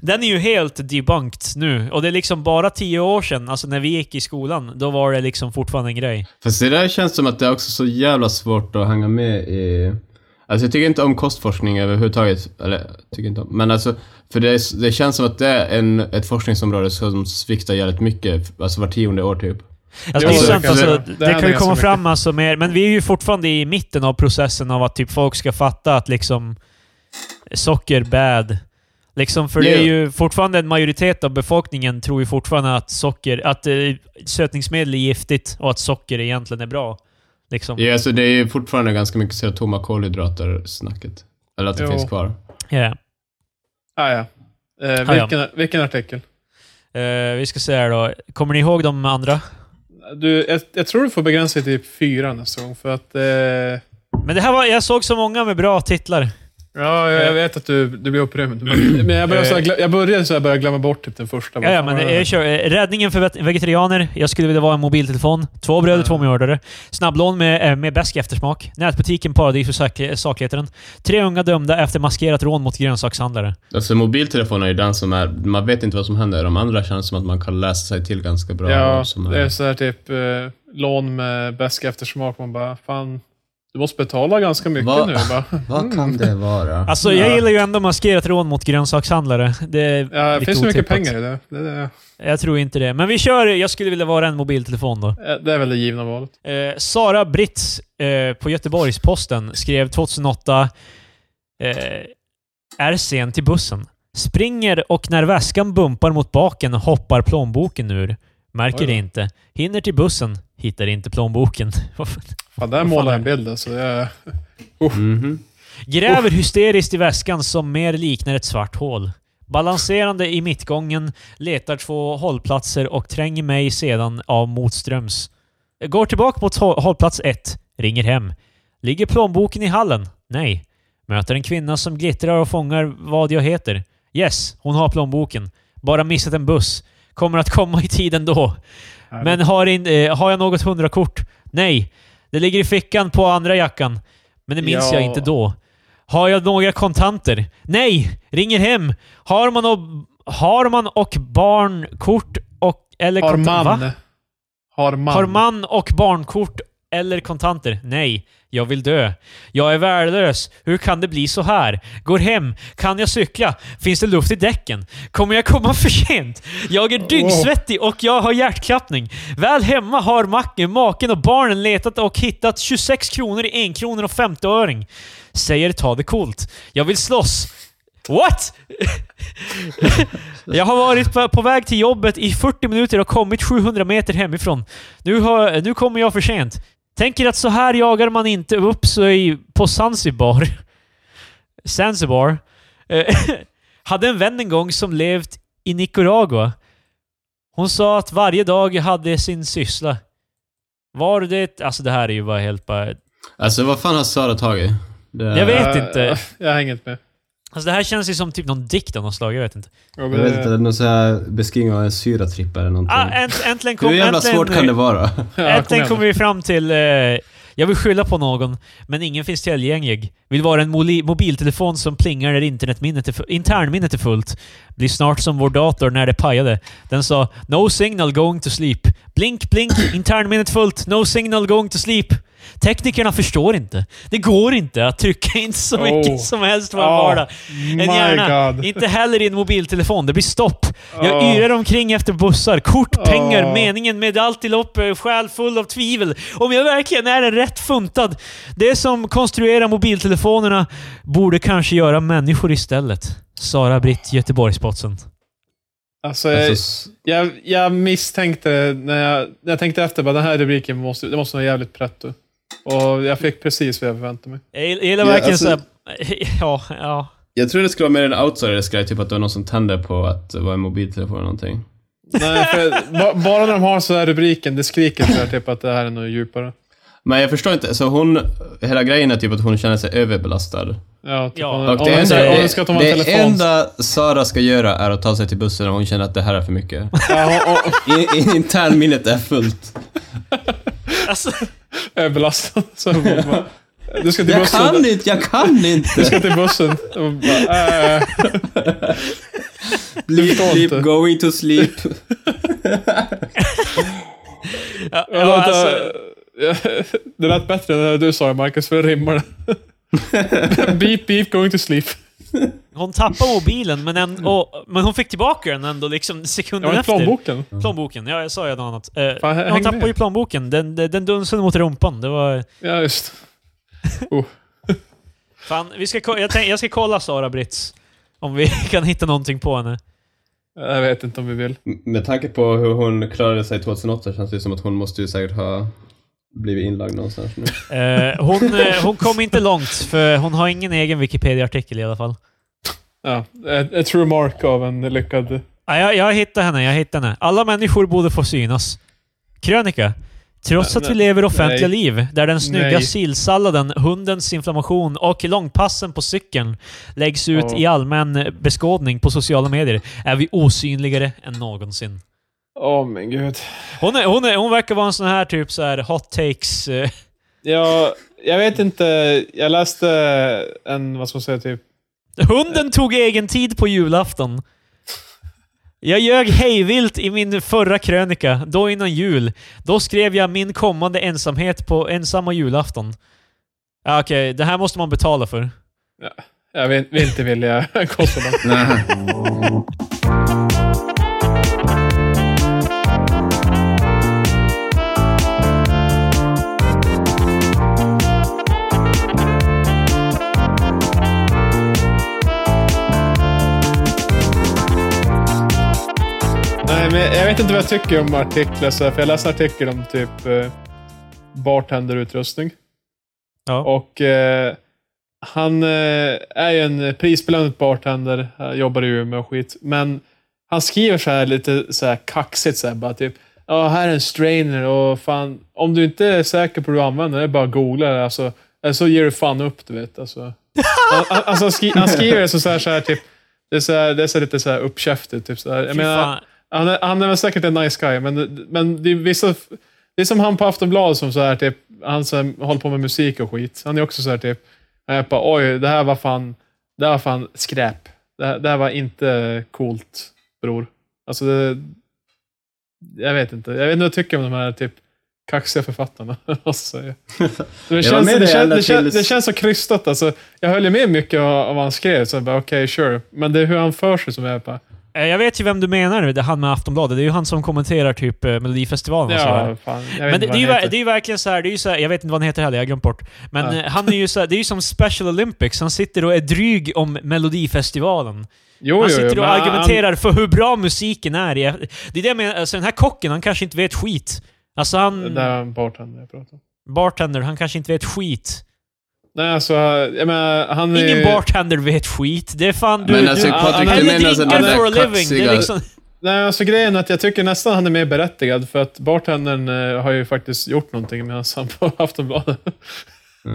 S1: Den är ju helt debunked nu. Och det är liksom bara tio år sedan, alltså när vi gick i skolan, då var det liksom fortfarande en grej.
S2: Fast det där känns som att det är också så jävla svårt att hänga med i... Alltså jag tycker inte om kostforskning överhuvudtaget. Eller, jag tycker inte om... Men alltså, för det, är- det känns som att det är en, ett forskningsområde som sviktar jävligt mycket, alltså var tionde år typ.
S1: Alltså,
S2: Jo,
S1: det är
S2: det
S1: sant,
S2: kan-
S1: alltså,
S3: det- det
S1: det
S3: händer
S1: kan ju komma
S3: ganska
S1: fram alltså mer, men vi är ju fortfarande i mitten av processen av att typ folk ska fatta att liksom socker bad. Liksom, för det
S2: Ja,
S1: är
S2: ja.
S1: ju fortfarande en majoritet av befolkningen tror ju fortfarande att socker, att eh, sötningsmedel är giftigt och att socker egentligen är bra. Liksom.
S2: Ja, alltså det är ju fortfarande ganska mycket så här tomma kolhydrater-snacket. Eller att det
S3: Jo.
S2: finns kvar.
S1: Ja.
S3: Ah, ja. Eh,
S1: Ah, ja.
S3: vilken, vilken artikel?
S1: Eh, vi ska se här då. Kommer ni ihåg de andra?
S3: Du, jag, jag tror du får begränsa dig till fyra nästa gång. För att, eh, ja,
S1: Men det här var, jag såg så många med bra titlar.
S3: jag, jag vet att du, du blir upprymd. <clears throat> Men, men jag började, så här, gla- jag började så här, började glömma bort typ, den första.
S1: Ja,
S3: Vad
S1: ja,
S3: fan
S1: men
S3: var
S1: det-
S3: det?
S1: jag kör. eh, Räddningen för vet- vegetarianer. Jag skulle vilja vara en mobiltelefon. Två bröder, två mördare. Snabblån med, eh, med bäsk eftersmak. Nätbutiken Paradis för sak- saklighetaren. Tre unga dömda efter maskerat rån mot grönsakshandlare.
S2: Alltså mobiltelefonen är ju den som är, man vet inte vad som händer. De andra känns som att man kan läsa sig till ganska bra.
S3: Ja,
S2: vad som
S3: det är så här typ eh, lån med bäsk eftersmak. Man bara, fan, du måste betala ganska mycket
S2: Va?
S3: nu. Bara,
S2: <laughs> Vad kan det vara?
S1: Alltså, jag
S3: Ja.
S1: gillar ju ändå maskerat rån mot grönsakshandlare. Det är
S3: ja, det
S1: lite
S3: finns så mycket
S1: otippat.
S3: pengar i det. Det, det.
S1: Jag tror inte det. Men vi kör Jag skulle vilja vara en mobiltelefon då.
S3: eh, det är väl det givna valet.
S1: Eh, Sara Britts eh, på Göteborgs-Posten skrev 2008 eh, är sen till bussen. Springer och när väskan bumpar mot baken hoppar plånboken ur. Märker
S3: Oj då.
S1: det inte. Hinner till bussen. Hittar inte plånboken. <laughs>
S3: Fan, där
S1: fan
S3: målar jag
S1: är
S3: en bild alltså. Jag,
S2: Mhm.
S1: Gräver hysteriskt i väskan som mer liknar ett svart hål. Balanserande i mittgången, letar två hållplatser och tränger mig sedan av motströms. Jag Går tillbaka mot hå- hållplats 1, ringer hem. Ligger plånboken i hallen? Nej. Möter en kvinna som glittrar och fångar vad jag heter. Yes, hon har plånboken. Bara missat en buss. Kommer att komma i tid ändå. Men har, in, eh, har jag något hundrakort? Nej. Det ligger i fickan på andra jackan. Men det minns
S3: Ja.
S1: jag inte då. Har jag några kontanter? Nej! Ringer hem. Har man och, har man och barnkort och... Eller
S3: har,
S1: kontan-
S3: man,
S1: Va?
S3: har man.
S1: Har man och barnkort eller kontanter? Nej, jag vill dö. Jag är värdelös. Hur kan det bli så här? Går hem. Kan jag cykla? Finns det luft i däcken? Kommer jag komma för sent? Jag är dyngsvettig och jag har hjärtklappning. Väl hemma har macken, maken och barnen letat och hittat 26 kronor i 1 kronor och 50 öring. Säger ta det coolt. Jag vill slåss. What? <laughs> Jag har varit på, på väg till jobbet i 40 minuter och kommit 700 meter hemifrån. Nu, har, nu kommer jag för sent. Tänker att så här jagar man inte upp sig på Zanzibar. <laughs> Zanzibar. Eh, <laughs> hade en vän en gång som levt i Nicaragua. Hon sa att varje dag hade sin syssla. Var det... Alltså det här är ju bara helt bara...
S2: Alltså vad fan har Sara tagit? Det,
S1: Jag vet.
S3: Eh,
S1: inte.
S3: <laughs> Jag hänger inte med.
S1: Alltså det här känns ju som typ någon dikt av något slag, jag vet inte.
S3: Jag
S2: Jag
S3: vill,
S2: vet inte, det är någon sån här beskrivning av en syratrippa eller någonting.
S1: Ah, änt, äntligen kom...
S2: Hur jävla
S1: äntligen, Eh,
S2: svårt kan det <laughs> vara?
S3: ja, kom
S1: Äntligen
S3: igen.
S1: kommer vi fram till... Eh, jag vill skylla på någon, men ingen finns tillgänglig. Vill vara en moli- mobiltelefon som plingar när internetminnet är fu- internminnet är fullt. Blir snart som vår dator när det pajade. Den sa “No signal going to sleep”. Blink, blink,
S3: <laughs>
S1: internminnet fullt. “No signal going to sleep”. Teknikerna förstår inte. Det går inte att trycka in så mycket
S3: Oh.
S1: som helst på en
S3: Ja,
S1: vardag. En
S3: Oh my
S1: hjärna.
S3: God.
S1: Inte heller i en mobiltelefon. Det blir stopp. Jag
S3: Ja.
S1: yrar omkring efter bussar, kort, pengar,
S3: Ja.
S1: meningen med allt i lopp, eh, själ full av tvivel. Om jag verkligen är en rätt funtad. Det som konstruerar mobiltelefonerna borde kanske göra människor istället. Sara Britt, Göteborgspotsen.
S3: Alltså,
S2: Alltså,
S3: jag,
S2: s-
S3: jag, jag misstänkte när jag, när jag tänkte efter, bara, den här rubriken måste, det måste vara jävligt pretto. Och jag fick precis vad jag förväntade mig.
S1: Jag gillar jag gillar
S2: Ja,
S1: verkligen
S2: alltså-
S1: såhär... <laughs> Ja, ja.
S2: jag tror det skulle vara mer en outsiders grej, typ att det var någon som tände på att det var en mobiltelefon eller någonting.
S3: Nej, för, ba, bara när de har så här rubriken, det skriker så här, typ att det här är något djupare.
S2: Men jag förstår inte, så hon, hela grejen är typ att hon känner sig överbelastad.
S3: Ja, typ,
S1: Ja.
S3: Om,
S2: Och
S3: om,
S2: det
S3: om,
S2: enda,
S3: om det ska ta en
S2: det, det
S3: telefon.
S2: enda Sara ska göra är att ta sig till bussen och hon känner att det här är för mycket.
S3: Ja, och, och,
S2: I- i- Internminnet är fullt.
S1: Alltså,
S3: överbelastad. Så hon bara, du ska till
S2: Jag
S3: bussen. <laughs>
S2: kan inte, jag kan
S3: Du
S2: inte!
S3: äh, ska till bussen. Och Bara, äh,
S2: Leap,
S3: Stolt.
S2: leap, going to sleep.
S1: Ja,
S3: Ja,
S1: ja, alltså,
S3: alltså... Det lät bättre än det du sa Marcus, för
S2: <laughs>
S3: det rimmar det. beep, beep, going to sleep.
S1: hon tappade mobilen, men, en, och, men hon fick tillbaka den ändå liksom
S3: Mm. Ja,
S1: sekunden
S3: men
S1: efter.
S3: plånboken.
S1: Plånboken, ja jag sa ju något annat. Eh,
S3: Fan, häng
S1: hon tappade
S3: med.
S1: ju plånboken. Den, den, den dunsade mot rumpan. Det var...
S3: Ja, just.
S1: Fan, vi ska, ko- jag, tänk, jag ska kolla Sara Britts. Om vi <laughs> kan hitta någonting på henne.
S3: Jag vet inte om vi vill.
S2: Med tanke på hur hon klarade sig 2008 känns det som att hon måste ju säkert ha blivit inlagd någonstans nu.
S1: Eh, hon, eh, hon kom inte långt, för hon har ingen egen Wikipedia-artikel i alla fall.
S3: Ja, ett, ett true mark av en lyckad...
S1: Ja, jag, jag hittar henne, jag hittar henne. Alla människor borde få synas. Krönika. Trots
S3: Nej,
S1: att vi
S3: nej,
S1: lever offentliga
S3: nej.
S1: liv, där den snygga
S3: Nej.
S1: sillsalladen, hundens inflammation och långpassen på cykeln läggs ut
S3: Ja.
S1: i allmän beskådning på sociala medier, är vi osynligare än någonsin.
S3: Åh, men gud.
S1: Hon, är, hon, är, hon verkar vara en sån här typ så här hot takes... eh,
S3: Ja, jag vet inte. Jag läste en, vad ska man säga, typ...
S1: Hunden tog egen tid på julafton. Jag ljög hejvilt i min förra krönika, då innan jul. Då skrev jag min kommande ensamhet på ensamma julafton. Ja, Okej, det här måste man betala för.
S3: Jag vet, vi är inte villiga att <laughs> gå så långt. Nej, men jag vet inte vad jag tycker om artiklar, så här, för jag läste en artikel om typ eh, bartenderutrustning.
S1: Ja.
S3: Och eh, han eh, är ju en prisbelönad bartender, han jobbar i Umeå och skit, men han skriver så här lite så här kaxigt, så här, bara typ Ja, här är en strainer och fan, om du inte är säker på hur du använder den, det är bara att googla det. Alltså, eller så ger du fan upp, du vet. Alltså, han, han- alltså, han, skri, han skriver det så så här, så här typ, det är, så här, det är så här lite så här uppkäftigt. Typ, så här. Jag
S1: Fy
S3: menar,
S1: fan.
S3: han är, han är väl säkert en nice guy, men, men det är vissa... Det är som han på Aftonbladet som så här, typ, han så här, håller på med musik och skit. Han är också så här typ, han är bara, oj, det här var fan, det här var fan skräp. Det här, det här var inte coolt, bror. Alltså, det, jag vet inte. Jag vet inte vad jag tycker om de här typ kaxiga författarna. <laughs>
S2: <laughs>
S3: Alltså, jag- det,
S2: var
S3: känns,
S2: med
S3: det,
S2: dig
S3: känns,
S2: ända
S3: det, känns,
S2: tills-
S3: det känns så krystat. Alltså, jag höll ju med mycket av av vad han skrev, så jag bara, okej, sure. Men det är hur han för sig som jag bara,
S1: Eh, Jag vet ju vem du menar, det är han med Aftonbladet. Det är ju han som kommenterar typ eh, Melodifestivalen och så här.
S3: ja, fan, jag vet
S1: Men
S3: inte
S1: det, det,
S3: vad
S1: är ju,
S3: han heter.
S1: ver- det är ju verkligen så här, det är ju så här, jag vet inte vad han heter heller, jag har glömt bort. Men
S3: Ja.
S1: eh, han är ju så här, det är ju som Special Olympics, han sitter och är dryg om Melodifestivalen.
S3: Jo,
S1: han
S3: jo,
S1: sitter
S3: jo,
S1: och
S3: men han-
S1: argumenterar för hur bra musiken är. i- Det är det jag menar, alltså den här kocken, han kanske inte vet skit. Alltså
S3: Han,
S1: han,
S3: där är en bartender jag pratar om.
S1: bartender, han kanske inte vet skit.
S3: Nej, alltså, jag menar, han är...
S1: Ingen bartender vet skit. Det är fan du...
S2: Men
S1: du
S2: alltså
S3: han- han
S2: Patrik,
S1: han
S2: du
S3: hellre
S2: menar alltså den
S1: dricker for a
S2: där
S1: living. Det
S2: kaxiga...
S1: är liksom,
S3: Nej, alltså grejen är att jag tycker nästan han är mer berättigad, för att bartendern eh, har ju faktiskt gjort någonting medan han <laughs> på Aftonbladet.
S2: Men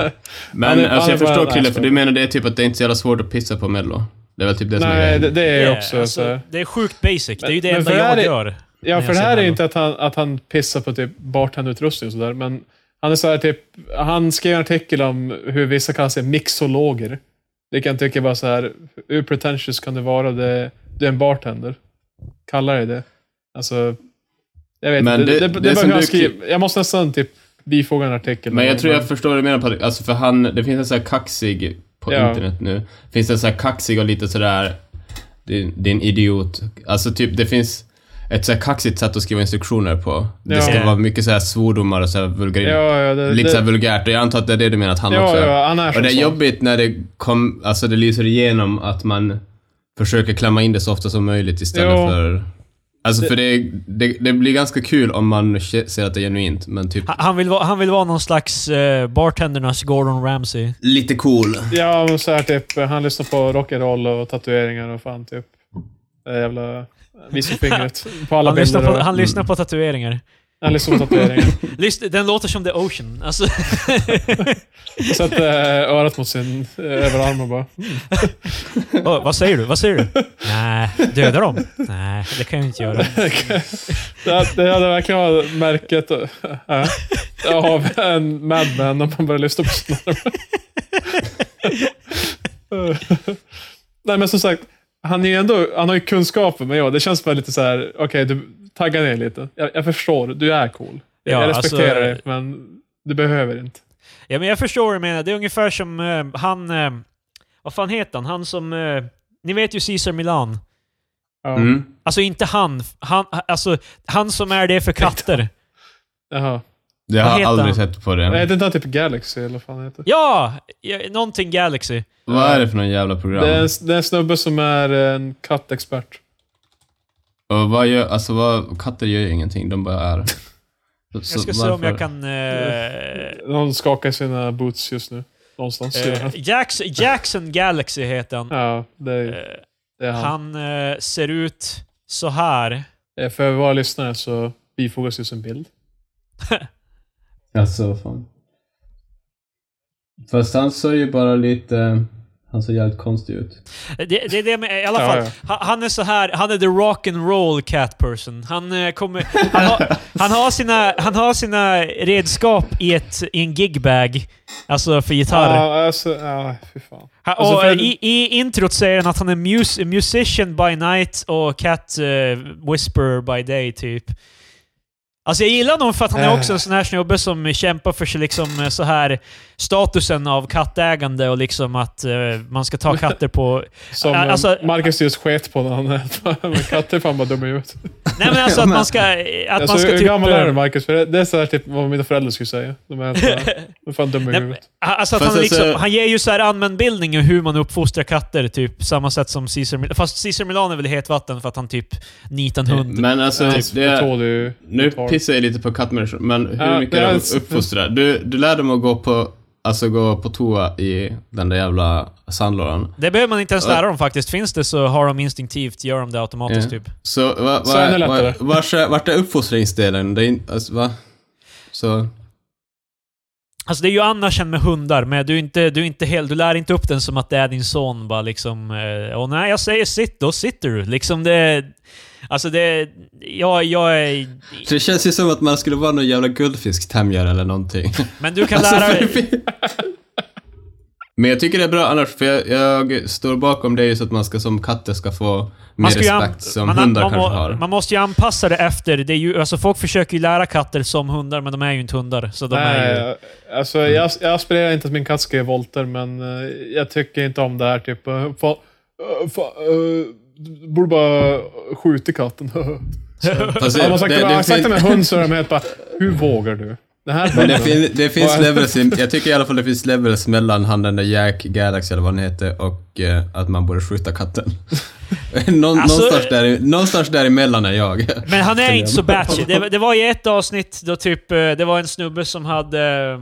S3: Han är- han
S2: alltså
S3: är
S2: jag
S3: bara-
S2: förstår
S3: nej,
S2: killen,
S3: jag
S2: för du menar det är typ att det är inte är så jävla svårt att pissa på mello. Det är väl typ det som är
S3: Nej,
S2: grejen.
S3: det, det är ju
S1: Yeah,
S3: också
S1: alltså,
S3: så här.
S1: det är sjukt basic. det är ju det
S3: men
S1: enda
S3: för det här
S1: jag
S3: är-
S1: gör.
S3: Ja,
S1: när
S3: för
S1: jag
S3: det
S1: ser
S3: här är ju
S1: Mello.
S3: inte att han, att han pissar på typ bartenderutrustning och sådär, men han är så här typ, han skrev en artikel om hur vissa kallar sig mixologer. Det kan jag tycka bara så här, hur pretentious kan det vara? Det, du är en bartender. Kallar dig det. Alltså, jag vet
S2: Men
S3: inte.
S2: det-
S3: Det, det,
S2: det
S3: det,
S2: som
S3: behöver jag
S2: du-
S3: skriva. Jag måste nästan typ bifoga en artikel.
S2: Men jag tror jag förstår vad du menar Patrik, alltså för han, det finns en sån här kaxig på
S3: Ja.
S2: internet nu. Finns det en sån här kaxig och lite sådär, din, din idiot. Alltså typ, det finns ett så här kaxigt sätt att skriva instruktioner på. Det
S3: Ja.
S2: ska vara mycket så här svordomar och så här vulgari-
S3: Ja, ja, det,
S2: lite så här
S3: det,
S2: vulgärt, och jag antar att det är det du menar att han också
S3: ja,
S2: är.
S3: ja, han är
S2: Och
S3: som
S2: det är
S3: sån.
S2: jobbigt när det kom, alltså det lyser igenom att man försöker klämma in det så ofta som möjligt istället
S3: Ja.
S2: för... Alltså för det, det, det blir ganska kul om man ke- ser att det är genuint, men typ
S1: Han- Han vill, vara, han vill vara någon slags eh, bartendernas Gordon Ramsay.
S2: lite cool.
S3: Ja, men så här typ, han lyssnar på rock'n'roll och tatueringar och fan typ. Det jävla... eh, Visar fingret på alla
S1: Han
S3: Mm. bilder.
S1: lyssnar på,
S3: och-
S1: han lyssnar på tatueringar.
S3: Han lyssnar på tatueringar.
S1: Lyssna, den låter som The Ocean. Alltså, <laughs>
S3: Sätter eh, örat mot sin eh, överarm och bara...
S1: vad- vad säger du? Vad
S3: <laughs>
S1: säger du? Nej, döda dem? Nej, det kan jag inte göra.
S3: det, det hade verkligen varit märket eh, eh, av en Mad Men om man börjar lyssna på sådana. Nej, men som sagt. han, är ju ändå, han har ju kunskaper, men ja, det känns bara lite så här. okej, du taggar ner lite. Jag, jag förstår, du är cool. Jag,
S1: Ja,
S3: jag respekterar
S1: alltså-
S3: dig, men du behöver inte.
S1: Ja, men jag förstår vad du menar. Det är ungefär som eh, han... eh, vad fan heter han? Han som... eh, ni vet ju Caesar Milan.
S3: Ja.
S2: Mm.
S1: Alltså inte han. Han, alltså, han som är det för
S2: <laughs>
S1: katter.
S3: Jaha.
S2: Jag
S1: Vad
S2: har
S1: heter
S2: aldrig
S1: han?
S2: sett på
S3: Nej,
S2: det.
S3: det är inte typ Galaxy eller vad fan det heter.
S1: Ja! ja, Någonting Galaxy.
S2: Vad är det för någon jävla program?
S3: Det är, en, det är en snubbe som är en kattexpert.
S2: Och vad gör, alltså vad, katter gör ju ingenting, de bara är. Så
S1: Jag ska se om
S2: varför-
S1: jag kan... eh,
S2: <laughs>
S3: Någon skakar i sina boots just nu. Någonstans. i
S1: eh,
S3: världen.
S1: Jackson, Jackson Galaxy heter han.
S3: Ja, det är,
S1: Eh,
S3: det är han.
S1: han eh, ser ut så här.
S3: Eh, För våra lyssnare så bifogas just en bild.
S2: Alltså, vad fan. Fast han såg ju bara lite... Han såg jävligt konstig ut.
S1: Det, det är det med, i alla
S3: Ja,
S1: fall.
S3: ja.
S1: ha- Han är så här, han är the rock and roll cat person. Han eh, kommer... Han, har- han, har, sina, han har sina redskap i, ett, i en gigbag. Alltså för gitarr.
S3: Ja, alltså, ja, fy fan.
S1: Ha-
S3: Alltså,
S1: och,
S3: för-
S1: eh, i, I introt säger han att han är mus musician by night och cat eh, whisperer by day, typ. Alltså jag gillar honom för att han är
S3: Äh.
S1: också en sån här snubbe som kämpar för sig liksom eh, så här statusen av kattägande och liksom att eh, man ska
S3: <laughs>
S1: ta katter på...
S3: Som
S1: Ja, alltså-
S3: eh, Marcus just sket på när han <laughs> men katter är fan bara dumma ut.
S1: Nej men alltså att man
S3: <laughs>
S1: ska... Att
S3: Alltså,
S1: man ska
S3: hur
S1: typ...
S3: gammal är du
S1: eh,
S3: Marcus? För det, det är så här typ vad mina föräldrar skulle säga. De är,
S1: <laughs>
S3: helt så här, de är fan dumma i
S1: Nej,
S3: huvudet.
S1: Alltså att
S2: Fast
S1: han, är liksom,
S2: alltså-
S1: han ger ju så här allmän bildning om hur man uppfostrar katter, typ samma sätt som Caesar Milan. Fast Caesar Milan är väl i hetvatten för att han typ nitar en hund.
S2: Men alltså,
S3: Typ,
S2: det,
S3: det tål du
S2: nu
S3: tar.
S2: pissar jag lite på kattmänniskor, men hur
S3: Ja,
S2: mycket
S3: det
S2: är
S3: är-
S2: de uppfostrade? Du, du lär dem att gå på, alltså gå på toa i den där jävla sandlådan.
S1: Det behöver man inte ens lära dem faktiskt. Finns det så har de instinktivt, gör de det automatiskt
S2: Ja.
S1: typ.
S2: Så, va, va,
S3: Så ännu lättare.
S2: va, vars är- vart är uppfostringsdelen? Det är in, alltså, va? Så,
S1: Alltså det är ju annars än med hundar, men du, är inte, du, är inte hel, du lär inte upp den som att det är din son bara liksom... eh, Åh nej, jag säger sitt, då sitter du. Liksom det... Alltså det... Jag, jag är...
S2: det känns ju som att man skulle vara någon jävla guldfisktämjare eller någonting.
S1: Men du <laughs>
S2: Alltså,
S1: kan lära dig...
S2: Men jag tycker det är bra annars, för jag, jag står bakom det just att man ska som katter ska få mer
S1: ju an-
S2: respekt som
S1: man-
S2: hundar
S1: man, må-
S2: kanske har.
S1: Man måste ju anpassa det efter. Det är ju, alltså folk försöker ju lära katter som hundar, men de är ju inte hundar. Så de är ju...
S3: Nej, alltså, jag, jag aspirerar inte att min katt ska ge volter, men eh, jag tycker inte om det här. Typ, uh, fa, eh, fa, eh, du borde bara skjuta katten. <laughs>
S2: Fast det-
S3: Har man sagt
S2: det-
S3: det,
S2: det
S3: det,
S2: fin-
S3: det med hund så är de helt bara, hur vågar du? Det här
S2: Men det, fin, det finns
S3: Vad-
S2: levels, i- jag tycker i alla fall det finns levels mellan han den där Jack Galaxy eller vad han heter och eh, att man borde skjuta katten. <laughs> Någon,
S1: Alltså-
S2: någonstans, där, någonstans däremellan är jag.
S1: Men han är inte så batchy. Det, det var i ett avsnitt då typ, eh, det var en snubbe som hade... eh,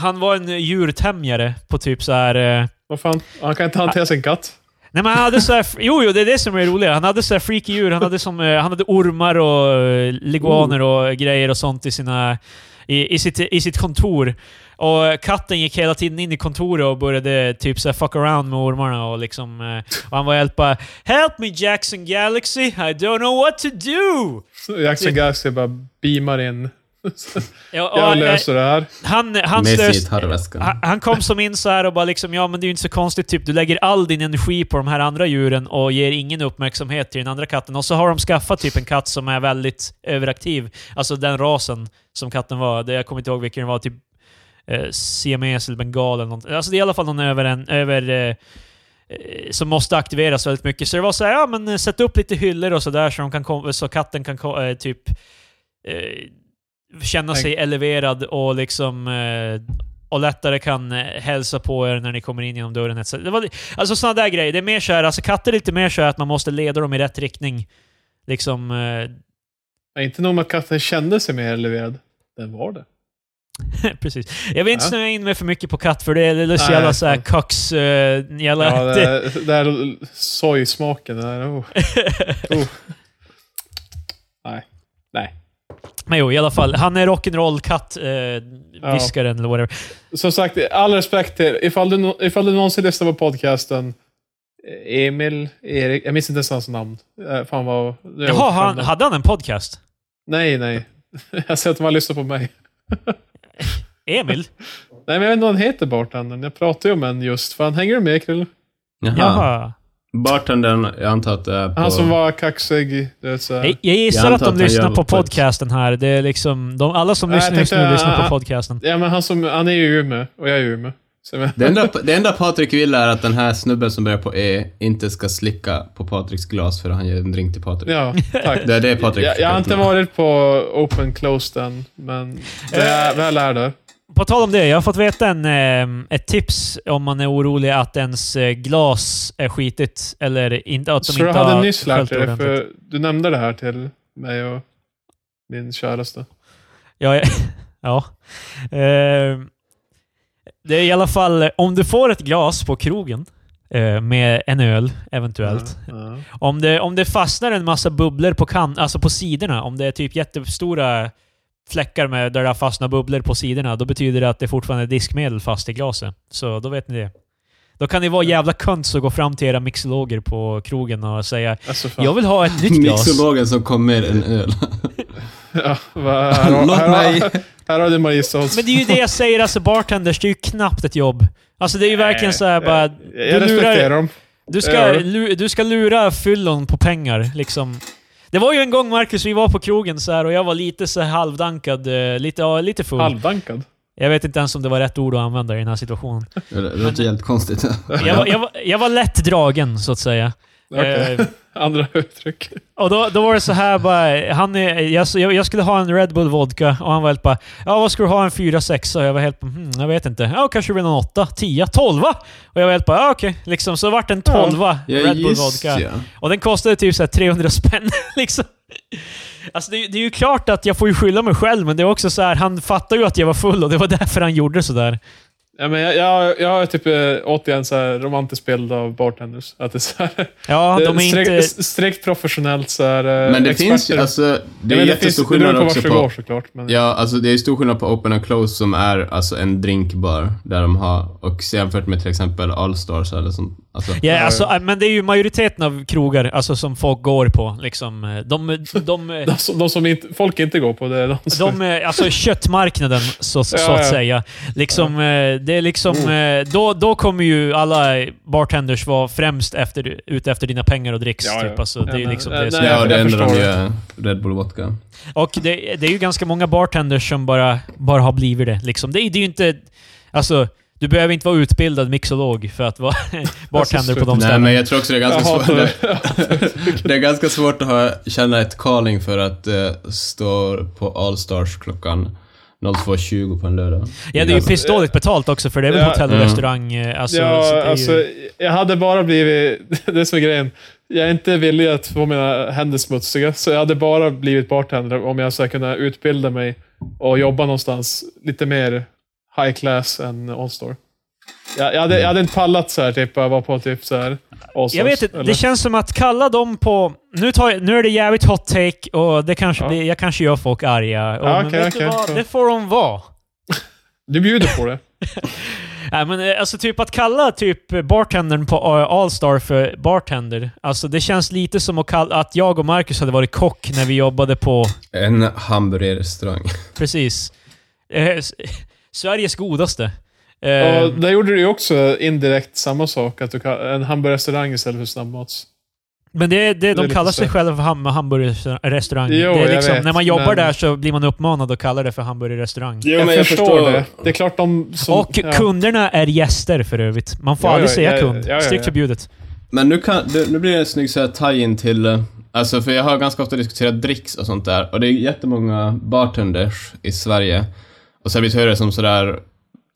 S1: Han var en djurtämjare på typ så här. eh,
S3: Vad fan? Han kan inte hantera sin katt.
S1: Nej men han hade så här, jo jo det är det som är roligt. Han hade så här freaky djur. Han hade, som, eh, han hade ormar och eh, leguaner och grejer och sånt i, sina, i, i, sitt, i sitt kontor. Och eh, katten gick hela tiden in i kontoret och började typ så här fuck around med ormarna och liksom... eh, Och han var helt bara “Help me Jackson Galaxy, I don't know what to do!”
S3: Jackson Galaxy bara beamar in.
S1: Ja, och,
S3: Jag
S1: han-
S3: löser det här.
S1: Han, han,
S2: Med sin
S1: slös,
S2: gitarrväska.
S1: han, han kom som in så här och bara liksom, ja men det är ju inte så konstigt typ, du lägger all din energi på de här andra djuren och ger ingen uppmärksamhet till den andra katten. Och så har de skaffat typ en katt som är väldigt överaktiv. Alltså den rasen som katten var, det, jag kommer inte ihåg vilken det var, typ eh, siames eller bengal eller någonting. Alltså det är i alla fall någon över... En, över eh, eh, som måste aktiveras väldigt mycket. Så det var så här, ja men eh, sätt upp lite hyllor och sådär så, de kan kom- så katten kan ko- eh, typ eh, känna
S3: Tänk-
S1: sig eleverad och liksom eh, och lättare kan eh, hälsa på er när ni kommer in genom dörren. etc. Det var, li- alltså sådana där grejer. Det är mer så här, alltså katter är lite mer så här att man måste leda dem i rätt riktning. Liksom... Eh, <laughs>
S3: Ja, Inte nog med att katten kände sig mer eleverad. Den var det.
S1: precis. Jag vill inte
S3: Ja.
S1: snöa in mig för mycket på katt för det är det är så jävla
S3: Nej,
S1: så här
S3: fan.
S1: kax... Eh, jävla,
S3: Ja,
S1: det- <laughs>
S3: det, det där sojsmaken. det Där, oh. Oh. Nej. Nej.
S1: Men jo, i alla fall. Han är rock'n'roll-katt, eh, viskaren eller whatever.
S3: Som sagt, all respekt till ifall du, nå- ifall du någonsin lyssnar på podcasten. Emil, Erik, jag minns inte ens hans namn. Eh, Fan vad... nu har jag
S1: Jaha,
S3: glömt
S1: han,
S3: namn.
S1: hade han en podcast?
S3: Nej, nej. <laughs> Jag ser att man lyssnar på mig.
S1: Emil?
S3: Nej, men jag vet inte vad han heter, bartendern. Jag pratade ju om en just, för han hänger ju med, Krill.
S2: Jaha.
S1: Jaha.
S2: Bartendern, jag antar att det är på...
S3: Han som var kaxig. Du vet, så här.
S1: Jag, jag gissar
S2: Jag
S1: att
S2: antar
S1: de
S2: att han
S1: lyssnar
S2: gör
S1: på
S2: något på ett-
S1: podcasten här. Det är liksom, de, alla som
S3: Ja, jag
S1: lyssnar just
S3: tänkte,
S1: nu lyssnar
S3: ah,
S1: på podcasten.
S3: Ja, men han, som, han är ju i Umeå och jag är i Umeå. Så, men,
S2: Det enda, det enda Patrik vill är att den här snubben som börjar på E inte ska slicka på Patriks glas för han ger en drink till Patrik.
S3: ja, tack.
S2: Det är det Patrik
S3: Jag, jag har inte
S2: försöker uppnå.
S3: varit på open closed än, men
S1: Eh.
S3: väl, väl är där.
S1: På tal om det, jag har fått veta en, eh, ett tips om man är orolig att ens eh, glas är skitigt eller inte, att de
S3: Så du
S1: inte har
S3: hade nyss lärt
S1: följt
S3: dig det,
S1: ordentligt.
S3: för du nämnde det här till mig och min käraste.
S1: Ja, <laughs> ja. Ehm, det är i alla fall, om du får ett glas på krogen eh, med en öl eventuellt.
S3: Ja,
S1: Om, det, om det fastnar en massa bubblor på, kan, alltså på sidorna, om det är typ jättestora fläckar med där det har fastnat bubblor på sidorna, då betyder det att det fortfarande är diskmedel fast i glaset. Så då vet ni det. Då kan ni vara jävla kunt och gå fram till era mixologer på krogen och säga
S3: Alltså fan.
S1: “Jag vill ha ett nytt glas”.
S2: Mixologen som kom med en öl.
S3: Ja, va, här, har-
S2: Låt
S3: här,
S2: mig-
S3: har- här har du Marisols.
S1: Men det är ju det jag säger, alltså bartenders, det är ju knappt ett jobb. Alltså det är ju verkligen så här bara...
S3: Jag, jag
S1: du,
S3: respekterar
S1: lurar,
S3: dem.
S1: du, ska,
S3: Ja.
S1: lu, du ska lura fyllon på pengar, liksom. Det var ju en gång, Marcus, vi var på krogen så här och jag var lite så här halvdankad, eh, lite, ja, lite full.
S3: Halvdankad.
S1: Jag vet inte ens om det var rätt ord att använda i den här
S3: <laughs>
S1: situationen.
S2: Det låter helt konstigt.
S1: Jag var, jag var, jag var lätt dragen, så att säga.
S3: Okej.
S1: Eh,
S3: Andra uttryck.
S1: Och då, då var det så här bara, han är, jag, jag- jag skulle ha en Red Bull vodka och han var helt bara ja vad ska du ha en 4 6 och jag var helt bara, hmm, jag vet inte. Ja kanske det blir någon 8, 10, 12 Och jag var helt bara ja, okej. Liksom, så vart det en 12 Red Bull vodka.
S2: ja.
S3: Eh,
S1: Och den kostade typ så här 300 spänn. <laughs> liksom. Alltså det, det är ju klart att jag får ju skylla mig själv, men det är också så här, han fattar ju att jag var full och det var <laughs> därför han gjorde sådär.
S3: Ja, men jag, jag, jag har typ eh, återigen så här romantisk bild av bartenders. Att det är så här,
S1: Ja, de är
S3: Strikt-
S1: inte...
S3: Strikt professionellt så är det
S2: Men det
S3: experter.
S2: finns ju, alltså, det
S3: Jag
S2: är
S3: vet,
S2: jättestor
S3: finns- det beror
S2: skillnad också
S3: vart du går
S2: på...
S3: såklart. Men,
S2: Ja, alltså det är stor skillnad på Open and Close som är alltså en drinkbar där de har, och jämfört med till exempel Allstars eller sånt. Alltså,
S1: Ja,
S3: Ja,
S1: alltså, men det är ju majoriteten av krogar alltså, som folk går på. Liksom. De,
S3: <laughs>
S1: de,
S3: De, som, de som inte, folk inte går på, det är de som...
S1: de, eh, alltså köttmarknaden, så, så
S3: Ja, Mm.
S1: att
S3: ja.
S1: säga. Liksom, eh, det är liksom, eh, då, då kommer ju alla bartenders vara främst efter, ute efter dina pengar och dricks.
S3: Ja, ja.
S1: Typ. Alltså, det är
S3: Ja,
S1: ju
S3: men-
S1: liksom
S3: eh,
S1: det som-
S3: nej,
S2: ja
S3: jag
S2: det enda
S3: förstår
S2: de
S3: det.
S2: gör är Red Bull vodka.
S1: Och det, det är ju ganska många bartenders som bara, bara har blivit det. Liksom. Det, är- det är ju inte... Alltså, du behöver inte vara utbildad mixolog för att vara <laughs> bartender på de
S2: Nej,
S1: ställena.
S2: men jag tror också det är ganska
S3: Jag hatar
S2: <laughs> svårt.
S3: det.
S2: Det är ganska svårt att ha, känna ett calling för att eh, stå på Allstars klockan 02.20 på en lördag.
S1: Ja, det är ju pissdåligt betalt också, för det är väl
S3: Ja.
S1: hotell och
S2: Mm.
S1: restaurang... eh, Alltså, så det
S3: ja,
S1: är ju...
S3: alltså, jag hade bara blivit... <laughs> Det som är grejen. Jag är inte villig att få mina händer smutsiga, så jag hade bara blivit bartender om jag så här kunde utbilda mig och jobba någonstans lite mer high class än Onstore. Jag, jag, hade, jag hade inte pallat så här, typ, att vara på typ så här Allstars,
S1: Jag vet inte,
S3: eller-
S1: det känns som att kalla dem på... Nu, tar, jag- nu är det jävligt hot take och det kanske
S3: Ja.
S1: blir, jag kanske gör folk arga. Och,
S3: Ja,
S1: men
S3: okej,
S1: vet du
S3: okej.
S1: vad? Det får de vara.
S3: Du
S1: <laughs>
S3: bjuder på det.
S1: Nej, men eh, alltså typ att kalla typ bartendern på eh, Allstar för bartender. Alltså det känns lite som att, kalla, att jag och Marcus hade varit kock när vi jobbade på...
S2: En hamburgerrestaurang.
S1: Precis. Eh, s- <laughs> Sveriges godaste. Eh,
S3: Och där gjorde du ju också indirekt samma sak. Att du kan, en hamburgerrestaurang istället för snabbmats.
S1: Men det, det,
S3: Det är
S1: de
S3: lite
S1: kallar sig
S3: så.
S1: själva för ham- hamburgerrestaurang.
S3: Jo,
S1: det är
S3: jag
S1: liksom,
S3: vet,
S1: när man jobbar
S3: men-
S1: där så blir man uppmanad att kalla det för hamburgerrestaurang.
S2: Jo,
S3: jag, förstår, det. Det är klart de som...
S1: Och
S3: ja.
S1: kunderna är gäster för övrigt. Man får
S3: Ja,
S1: aldrig
S3: ja,
S1: säga
S3: ja,
S1: kund.
S3: ja, ja,
S1: Strikt
S3: ja.
S1: förbjudet.
S2: Men nu, kan, det- nu blir det en snygg så här tie-in till, eh, alltså för jag har ganska ofta diskuterat dricks och sånt där, och det är jättemånga bartenders i Sverige och servitörer som sådär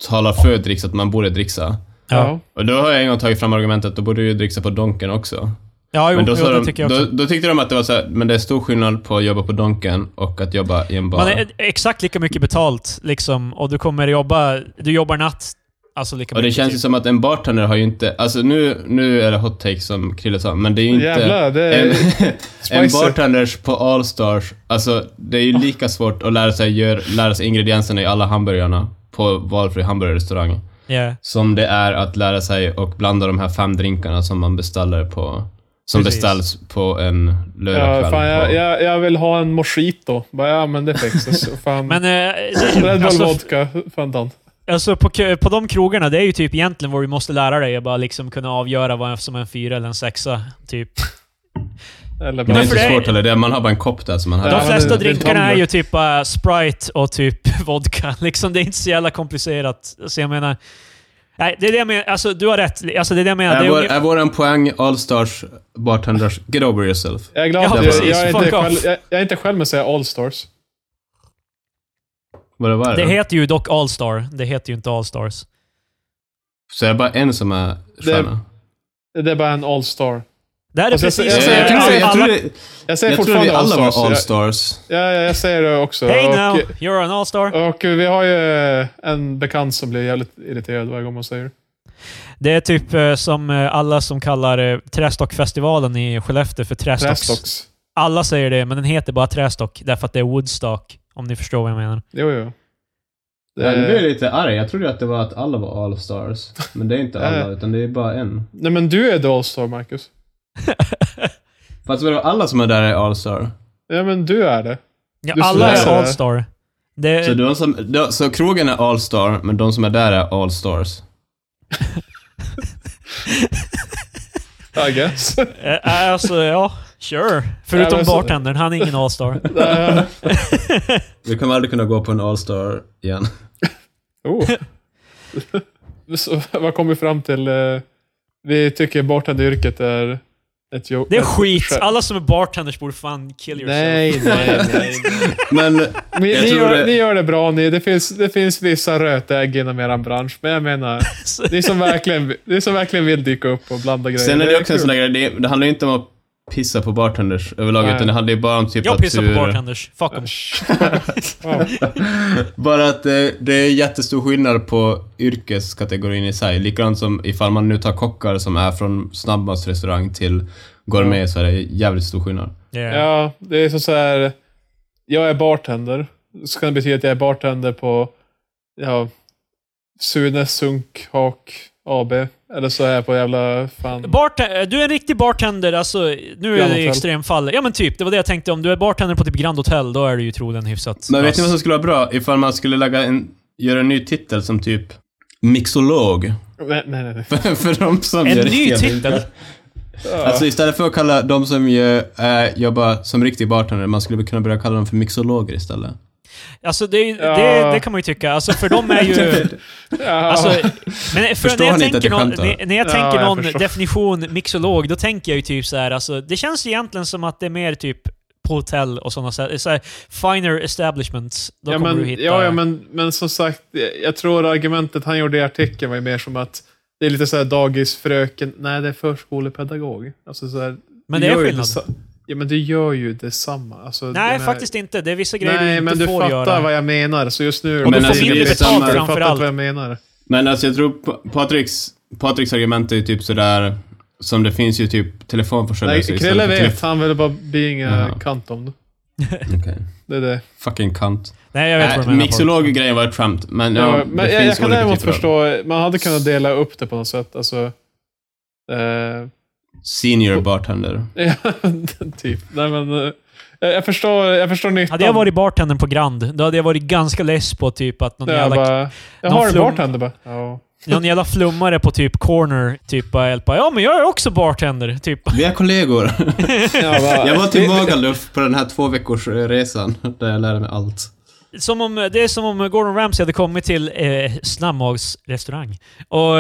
S2: talar för dricks, att man borde dricksa.
S3: Ja.
S2: Och då har jag en gång tagit fram argumentet, då borde du ju dricksa på Donken också.
S1: Ja, jo,
S2: Men då,
S1: jo,
S2: sa
S1: det
S2: de,
S1: tycker jag
S2: då,
S1: också.
S2: då tyckte de att det var så här, men det är stor skillnad på att jobba på Donken och att jobba i en bar.
S1: Man är exakt lika mycket betalt liksom, och du kommer jobba... Du jobbar natt. Alltså lika
S2: och det
S1: mycket.
S2: känns ju
S1: typ.
S2: som att en bartender har ju inte, alltså nu, nu är det hot take som Krille sa, men det är ju inte...
S3: Jävlar, det är
S2: en, en
S3: spicy.
S2: bartenders på Allstars, alltså det är ju lika svårt att lära sig, gör, lära sig ingredienserna i alla hamburgarna på valfri hamburgerrestaurang
S1: Ja.
S2: som det är att lära sig och blanda de här fem drinkarna som man beställer på, som
S1: Precis.
S2: beställs på en
S3: Ja,
S2: lördagkväll.
S3: fan, jag,
S2: på-
S3: jag, jag vill ha en mojito. Bara, ja, men det fixas. Fan.
S1: Men... Eh,
S3: Red Bull
S1: alltså,
S3: vodka. Fan, Dan.
S1: Alltså på, k- på de krogarna, det är ju typ egentligen vad du måste lära dig. Att bara liksom kunna avgöra vad som är en fyra eller en sexa, typ.
S3: Eller
S2: Men det
S3: bara,
S2: är
S1: för
S2: inte
S1: det-
S2: svårt heller, det är, man har bara en kopp där som man
S3: Ja,
S1: De
S2: hade.
S3: men
S1: flesta
S3: det- det är
S1: drinkarna är
S3: tonic.
S1: ju typ eh, Sprite och typ vodka. Liksom, det är inte så jävla komplicerat. Så jag menar... Nej, det är det jag menar. Alltså, du har rätt. Alltså, det är det jag menar. det
S2: Är,
S1: är
S2: vår,
S1: unge-
S2: är våran poäng Allstars Bartenders Get over yourself?
S3: jag är glad
S1: Ja,
S3: att jag,
S2: precis.
S3: jag, är inte
S1: Fuck off.
S3: själv, jag, jag är inte själv med att säga Allstars.
S2: Vad det var
S1: Det
S2: det?
S1: heter ju dock Allstar. Det heter ju inte Allstars.
S2: Så är det bara en som är stjärna?
S3: Det är bara en Allstar.
S1: Det här är
S3: Alltså, jag
S1: precis...
S3: ser- jag
S1: så här,
S2: Jag
S3: ser-
S2: tror det- jag
S1: alla-
S2: tror det-
S3: Jag säger
S2: jag tror vi
S3: fortfarande
S2: alla
S3: Allstars.
S2: var Allstars.
S3: Jag, jag, jag säger det också.
S1: Hey
S3: och,
S1: now, you're an Allstar.
S3: och vi har ju en bekant som blir jävligt irriterad varje gång man säger det.
S1: Det är typ eh, som eh, alla som kallar eh, Trästockfestivalen i Skellefteå för Trästocks.
S3: Trästocks.
S1: Alla säger det, men den heter bara Trästock därför att det är Woodstock. Om ni förstår vad jag menar.
S3: Jo, jo. Eh, Det-
S2: Ja, nu blir jag lite arg. Jag trodde att det var att alla var Allstars. Men det är inte alla,
S3: Eh.
S2: utan det är bara en.
S3: Nej, men du är the Allstar, Marcus.
S2: Fast vadå, alla som är där är Allstar?
S3: Ja, men du är det.
S1: Ja,
S3: Du
S1: alla
S2: skulle
S1: är
S3: säga-
S1: Allstar. Det,
S2: Så, de som, de, så krogen är Allstar, men de som är där är Allstars?
S3: I guess. <laughs>
S1: Eh, alltså, ja. Sure.
S3: Ja,
S1: Förutom
S3: men så-
S1: bartendern, han är ingen Allstar.
S3: Eh,
S2: Vi kommer aldrig kunna gå på en Allstar igen.
S3: oh. <laughs> Så, vad kom vi fram till? Eh, Vi tycker bartenderyrket är ett jobb.
S1: Det är skit. Alla som är bartenders borde fan kill yourself.
S3: Nej, nej, <laughs> nej.
S2: <laughs> Men
S3: Ni,
S2: Jag
S3: ni,
S2: tror
S3: gör,
S2: det-
S3: ni gör det bra ni. Det finns, det finns vissa rötägg inom er bransch, men jag menar,
S1: Så-
S3: ni som verkligen, ni som verkligen vill dyka upp och blanda grejer.
S2: sen är det också en
S3: kul.
S2: sån där grej, det, det handlar ju inte om att pissa på bartenders överlag,
S3: Nej.
S2: utan det handlar ju bara om
S1: <laughs>
S2: typ
S1: Jag
S2: att
S1: pissar
S2: du-
S1: på bartenders. Fuck
S3: <laughs>
S1: em.
S3: Wow.
S2: Bara att det, det är jättestor skillnad på yrkeskategorin i sig. Likadant som ifall man nu tar kockar som är från snabbmatsrestaurang till gourmet så är det jävligt stor skillnad.
S1: Yeah.
S3: <laughs> Ja, det är som så här. Jag är bartender. Så kan det betyda att jag är bartender på ja, Sunes Sunkhak AB. Eller så är jag på jävla fan...
S1: Barten- eh, du är en riktig bartender, alltså nu är
S3: Grand
S1: det
S3: Hotel.
S1: extremfall. Ja men typ, det var det jag tänkte. Om du är bartender på typ Grand Hotel, då är du ju troligen hyfsat...
S2: Men vet
S1: vass.
S2: ni vad som skulle vara bra? Ifall man skulle lägga en, göra en ny titel som typ mixolog.
S3: Nej, nej, nej.
S2: <laughs> För, för de som
S1: En
S2: gör
S1: ny
S2: riktiga
S1: titel?
S2: drinkar.
S3: Ja.
S2: Alltså istället för att kalla de som gör, äh, jobbar som riktig bartender, man skulle väl kunna börja kalla dem för mixologer istället.
S1: Alltså det, är ju-
S3: Ja.
S1: det, det kan man ju tycka. Alltså för de
S2: <laughs>
S1: är ju... <laughs>
S3: Ja.
S1: Alltså, men för
S2: Förstår
S1: när jag
S2: han inte att
S1: tänker,
S2: jag
S1: någon,
S2: skämtar?
S1: när, när jag
S3: Ja,
S1: tänker
S3: jag
S1: någon
S3: förstår.
S1: definition mixolog, då tänker jag ju typ så här, alltså, det känns egentligen som att det är mer typ på hotell och sådana så så här, finer establishments. Då
S3: ja,
S1: kommer
S3: men,
S1: du hitta...
S3: ja, ja men, men som sagt, jag- jag tror argumentet han gjorde i artikeln var ju mer som att det är lite så här dagisfröken. Nej, det är förskolepedagog. Alltså så här,
S1: Men det
S3: du
S1: är
S3: gör ju
S1: skillnad.
S3: dessa- Ja, men du gör ju detsamma. Alltså, jag
S1: Nej,
S3: menar-
S1: faktiskt inte. Det är vissa grejer
S3: Nej,
S1: du inte
S3: men du
S1: får
S3: fattar
S1: göra.
S3: vad jag menar. Så just nu...
S2: Och
S3: Men
S2: du får
S3: alltså,
S2: mindre
S3: det är
S2: betalt
S3: samma- Du
S1: framför
S3: fattar
S1: allt.
S3: vad jag menar.
S2: Men alltså jag tror Pa- Patriks, Patriks argument är ju typ sådär, som det finns ju typ telefonförsäljare
S3: Nej,
S2: istället
S3: Krille
S2: för
S3: vet.
S2: telefon-
S3: Han vill bara bli ingen
S2: Ja.
S3: kant om det.
S2: Okej.
S3: Det är det.
S2: Fucking kant.
S1: Nej, jag vet vad du
S2: Äh,
S1: menar. Paul.
S2: Mixolog-grejen var ett skämt, men ja,
S3: Ja,
S2: det
S3: men jag,
S2: finns
S3: jag kan
S2: olika
S3: däremot
S2: typer av-
S3: förstå. Man hade kunnat dela upp det på något sätt. Alltså... Eh,
S2: Senior bartender.
S3: Ja, <laughs> typ. Nej, men, eh, jag, förstår, jag förstår nyttan.
S1: Hade jag varit bartendern på Grand, då hade jag varit ganska less på typ att någon,
S3: Ja, jag
S1: jävla,
S3: bara, jag
S1: någon
S3: har en
S1: flum-
S3: bartender bara. Ja.
S1: någon jävla flummare på typ corner typ bara hjälpa. Ja, men jag är också bartender. Typ.
S2: Vi är kollegor.
S3: <laughs> Jag, bara,
S2: Jag var <laughs>
S3: det-
S2: till
S3: det-
S2: Magaluf på den här två veckors eh, resan där jag lärde mig allt.
S1: Som om, det är som om Gordon Ramsay hade kommit till eh, Snabbmags restaurang. Och,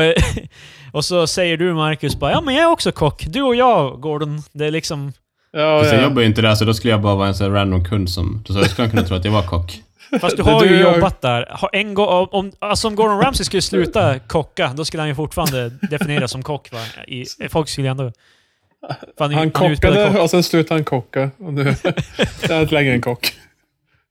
S1: <laughs> och så säger du Marcus bara ja men jag är också kock. Du och jag Gordon. Det är liksom...
S3: Ja,
S2: Fast jag
S3: ja.
S2: jobbar ju inte där, så då skulle jag bara vara en sån här random kund som... Då skulle han kunna tro att jag var kock.
S1: Fast du
S3: Det
S1: har
S3: du
S1: ju
S3: gör-
S1: jobbat där. Har en gång, om- om, alltså om Gordon Ramsay skulle sluta kocka, då skulle han ju fortfarande definieras som kock va? I, folk skulle ju ändå... Fan,
S3: Han
S1: utbildad
S3: kockade
S1: kock.
S3: och sen slutade han kocka. Och nu <laughs> jag är inte längre en kock.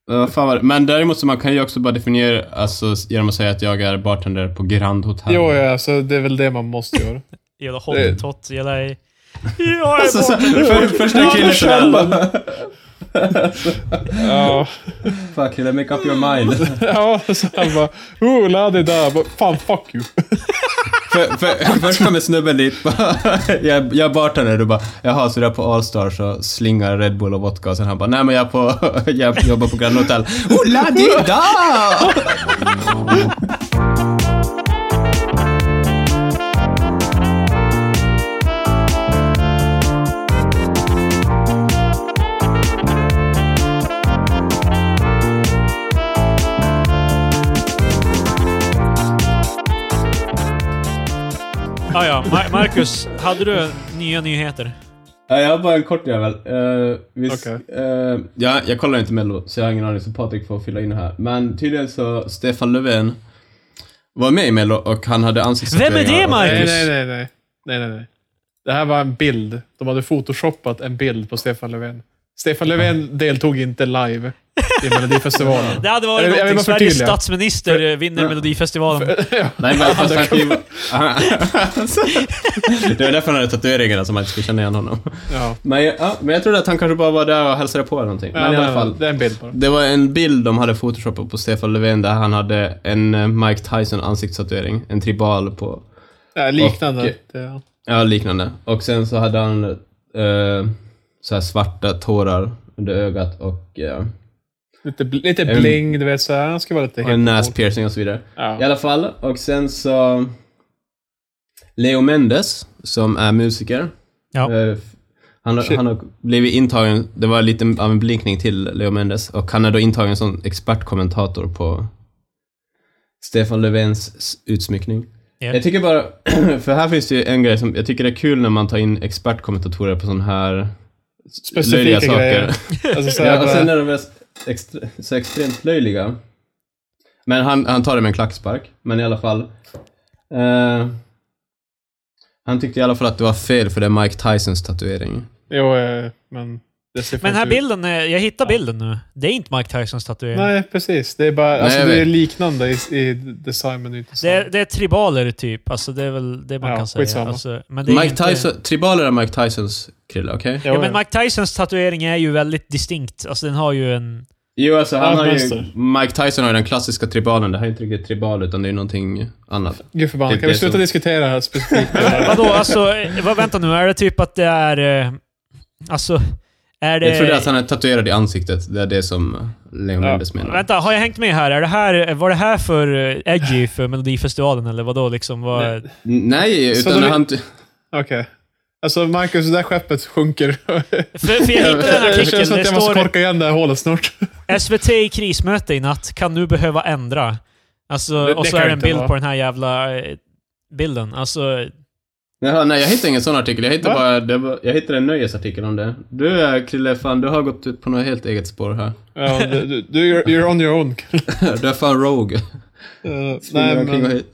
S2: Men vad fan var det? Men däremot så man kan ju också bara definiera, alltså genom att säga att jag är bartender på Grand Hotel.
S3: Jo, ja, alltså, det är väl det man måste
S1: <laughs>
S3: göra.
S1: Jävla
S3: Det- Alltså,
S1: hottentott,
S3: <laughs>
S1: jävla... Jag är
S2: Så, så,
S1: bartender.
S2: för, första killen
S3: Kjell.
S2: sådär bara...
S3: Ja,
S2: Fuck, kille, make up your mind.
S1: Mm.
S3: ja så han bara... Oh, la di da. Bara, Fan, fuck you.
S2: <laughs> för, för, först kommer snubben dit <laughs> bara, jag, jag är bartender, du bara jaha, så du är på Allstar så slingar Red Bull och vodka och sen han bara nej men jag är på, <laughs>
S1: <laughs>
S2: jag jobbar på Grand Hotel. Oh la di da!
S1: Ah, ja, Ma- Marcus, hade du nya nyheter?
S2: <laughs> Ja, jag har bara en kort jävel. Eh, vi s-
S3: Okej.
S2: eh, ja, jag kollar inte Mello, så jag har ingen aning, så Patrik får fylla in här. Men tydligen så, Stefan Löfven var med i Mello och han hade ansiktsförstörningar.
S1: Vem är det,
S2: och-
S1: Marcus?
S3: <laughs> Nej, nej, nej, nej. nej, nej, nej. Det här var en bild. De hade photoshoppat en bild på Stefan Löfven. Stefan Löfven deltog inte live
S1: <laughs>
S3: i Melodifestivalen.
S1: Det hade
S3: Jag
S1: varit
S3: vill- jag vill
S1: någonting.
S3: bara
S1: Sveriges
S3: förtydliga.
S1: statsminister eh, vinner Melodifestivalen.
S3: Ja.
S2: Nej, men fast han kan ju...
S1: <laughs>
S2: Det var därför han <laughs> hade tatueringarna, som man inte skulle känna igen honom.
S3: Ja.
S2: Men, jag- ja, men jag trodde att han kanske bara var där och hälsade på eller någonting. Men i alla fall.
S3: Det är en bild bara.
S2: Det var en bild de hade photoshopat på Stefan Löfven där han hade en eh, Mike Tyson ansiktstatuering, en tribal på,
S3: Ja, liknande.
S2: Och-
S3: Det-
S2: ja liknande. Och sen så hade han eh, så här svarta tårar under ögat och, eh,
S3: Lite, bl- lite
S2: En-
S3: bling, du vet så här. Han ska vara lite
S2: och en
S3: helt cool.
S2: näspiercing och så vidare. I
S3: Ja.
S2: alla fall, och sen så Leo Mendes, som är musiker,
S1: Ja.
S2: eh, f- han, har-
S3: Shit.
S2: han har blivit intagen, det var lite av en blinkning till Leo Mendes, och han är då intagen som expertkommentator på Stefan Löfvens s- utsmyckning.
S1: Ja.
S2: Jag tycker bara, <clears throat> för här finns det ju en grej som jag tycker det är kul när man tar in expertkommentatorer på sån här löjliga
S3: Specifika
S2: saker.
S3: grejer. Alltså, så här,
S2: Ja, och
S3: bara-
S2: sen är de väl extre- så extremt löjliga. Men han, han tar det med en klackspark, men i alla fall. Eh, han tyckte i alla fall att det var fel för det är Mike Tysons tatuering.
S3: Jo, eh, men... Det ser
S1: Men den
S3: faktiskt
S1: här
S3: ut-
S1: bilden, eh, jag hittar bilden nu. Det är inte Mike Tysons tatuering.
S3: Nej, precis. Det är bara... alltså,
S2: jag
S3: det är
S2: vet.
S3: liknande i, i design, men det är inte
S1: Det
S3: samma.
S1: är, det är tribaler typ, alltså det är väl det man
S3: Ja,
S1: kan säga.
S3: skitsamma.
S1: Alltså, men det är
S2: Mike
S1: inte-
S2: Tyson, tribaler är Mike Tysons krille, okej?
S3: Jo,
S1: Ja, men Mike Tysons tatuering är ju väldigt distinkt. Alltså den har ju
S3: <laughs>
S1: en...
S2: Jo, alltså
S3: Ja,
S2: han har ju,
S3: mönster.
S2: Mike Tyson har ju den klassiska tribalen, det här är inte riktigt tribal utan det är någonting annat.
S3: Gud förbannat.
S2: Det-
S3: Kan
S2: det
S3: vi
S2: är
S3: sluta
S2: så.
S3: diskutera det här specifikt?
S2: <laughs>
S1: Vadå, alltså, eh, vad, vänta nu, är det typ att det är... eh, Alltså, är det...
S2: Jag trodde att han är tatuerad i ansiktet, det är det som Leo Mendes menar.
S1: Vänta, har jag hängt med här? Är det här var det här för eh, edgy för Melodifestivalen, eller vadå liksom? Vad,
S3: Nej.
S2: N- Nej,
S3: Så
S2: utan
S3: de-
S2: när han... t-
S3: Okej. Alltså Marcus, det där skeppet
S2: <laughs>
S3: sjunker.
S1: för, för jag hittade den här
S3: <laughs> Det
S1: artikeln,
S3: känns som
S1: det
S3: att jag måste
S1: står
S3: korka igen det här hålet snart.
S1: SVT i krismöte i natt, kan nu behöva ändra. Alltså,
S3: Det-
S1: och
S3: det
S1: så
S3: kan
S1: är det
S3: ju
S1: en
S3: inte
S1: bild
S3: vara.
S1: på den här jävla eh, bilden. Alltså,
S2: Jaha, nej, jag hittade ingen sån artikel. Jag hittade,
S3: Va?
S2: bara, det var, jag hittade en nöjesartikel om det. Du eh, Krille, fan du har gått ut på något helt eget spår här. <laughs>
S3: Ja, du, du, du, you're, you're on your own.
S2: du är fan rogue.
S3: Eh,
S2: Springer
S3: nej,
S2: omkring och
S3: men...
S2: hit.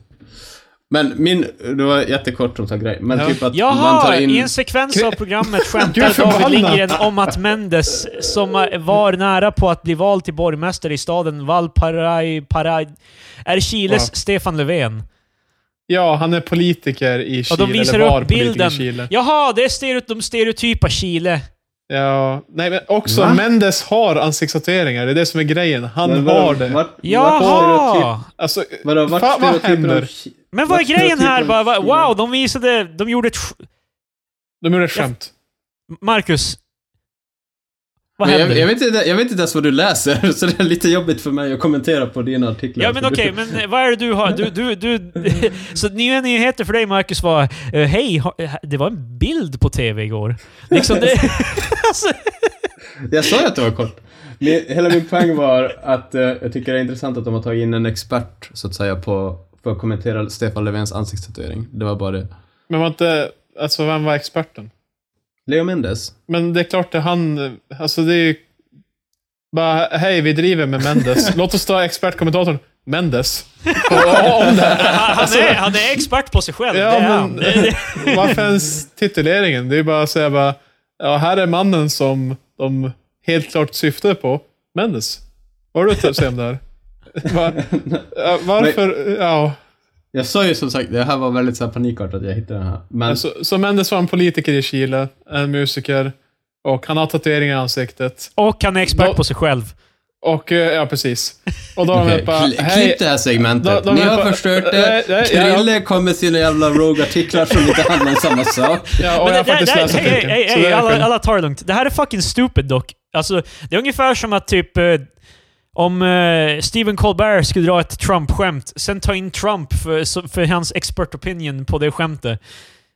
S2: men min, det var jättekort som sån grej, men
S3: Ja.
S2: typ att man tar
S1: Jaha!
S2: in...
S1: I en sekvens av
S3: <laughs>
S1: programmet
S3: Gud
S1: skämtar David
S3: förbannat.
S1: Lindgren om att Mendes, som var nära på att bli vald till borgmästare i staden Valparaiso, är Chiles
S3: Wow.
S1: Stefan Löfven.
S3: Ja, han är politiker i
S1: Och
S3: Chile.
S1: de visar
S3: eller var
S1: upp
S3: politiker
S1: bilden.
S3: I Chile.
S1: Jaha, det är stereotyp, de stereotypa Chile.
S3: Ja. Nej, men också
S2: Va?
S3: Mendes har ansiktstatueringar. Det är det som är grejen. Han
S2: Men vadå,
S3: har det.
S2: vart- vart stereotyp-
S1: Jaha!
S3: Alltså,
S2: typ- Vadå, vart
S3: Fan, vad
S2: stereotyper <laughs>
S3: händer?
S2: om Ki-
S1: Men vad är
S2: vart
S1: grejen
S2: stereotyper
S1: här?
S2: om
S1: Bara, va-
S2: Kina?
S1: wow, de visade... De gjorde ett... sk-
S3: de gjorde ett skämt.
S1: Marcus. Vad
S2: Men
S1: händer?
S2: jag, jag, vet inte, jag vet inte ens vad du läser, <laughs> så det är lite jobbigt för mig att kommentera på dina artiklar.
S1: Ja men
S2: Så du-
S1: okej, men eh, vad är det du har? Du, du, du, <laughs> så nya nyheter för dig Marcus var eh, Hej, ha- eh, det var en bild på TV igår. Liksom det...
S2: <laughs>
S1: alltså,
S2: Jag sa ju att det var kort. Min, hela min poäng var att eh, jag tycker det är intressant att de har tagit in en expert, så att säga, på, för att kommentera Stefan Löfvens ansiktstatuering. Det var bara det.
S3: Men var inte... Alltså, vem var experten?
S2: Leo Mendes?
S3: Men det är klart, det är han... Alltså det är ju... Bara, hej, vi driver med
S1: <laughs>
S3: Mendes. Låt oss ta expertkommentatorn Mendes. Och- och- Om det här.
S1: han, är, han är expert på sig själv.
S3: Ja,
S1: det är
S3: men-
S1: han. Det- det-
S3: Varför ens tituleringen? Det är ju bara att säga bara, ja, här är mannen som de helt klart syftade på. Mendes. Vad har du att säga om det här? Va- ja, varför? Ja.
S2: Jag sa ju som sagt, det här var väldigt så här panikartat jag hittade den här. Men
S3: Alltså, så Mendes var en politiker i Chile, en musiker, och han har tatueringar i ansiktet.
S1: Och han är expert
S3: Då-
S1: på sig själv.
S3: Och, eh, ja precis. Och då har
S2: Okej,
S3: de bara,
S2: kli-
S3: hej,
S2: klipp det här segmentet.
S3: De- de
S2: Ni
S3: är
S2: har
S3: på-
S2: förstört
S3: Nej,
S2: det.
S3: nej,
S2: Krille kom med sina jävla rogue-artiklar som inte handlar om samma sak.
S3: Ja, och
S1: Men det-
S3: jag har faktiskt
S1: det-
S3: läst
S1: det- hej,
S3: artikeln.
S1: hej,
S3: så
S1: hej,
S3: det är
S1: alla,
S3: skönt.
S1: alla tar det lugnt. Det här är fucking stupid dock. Alltså, det är ungefär som att typ... eh, Om eh, Stephen Colbert skulle dra ett Trump-skämt, sen ta in Trump för, så- för hans expert opinion på det skämtet.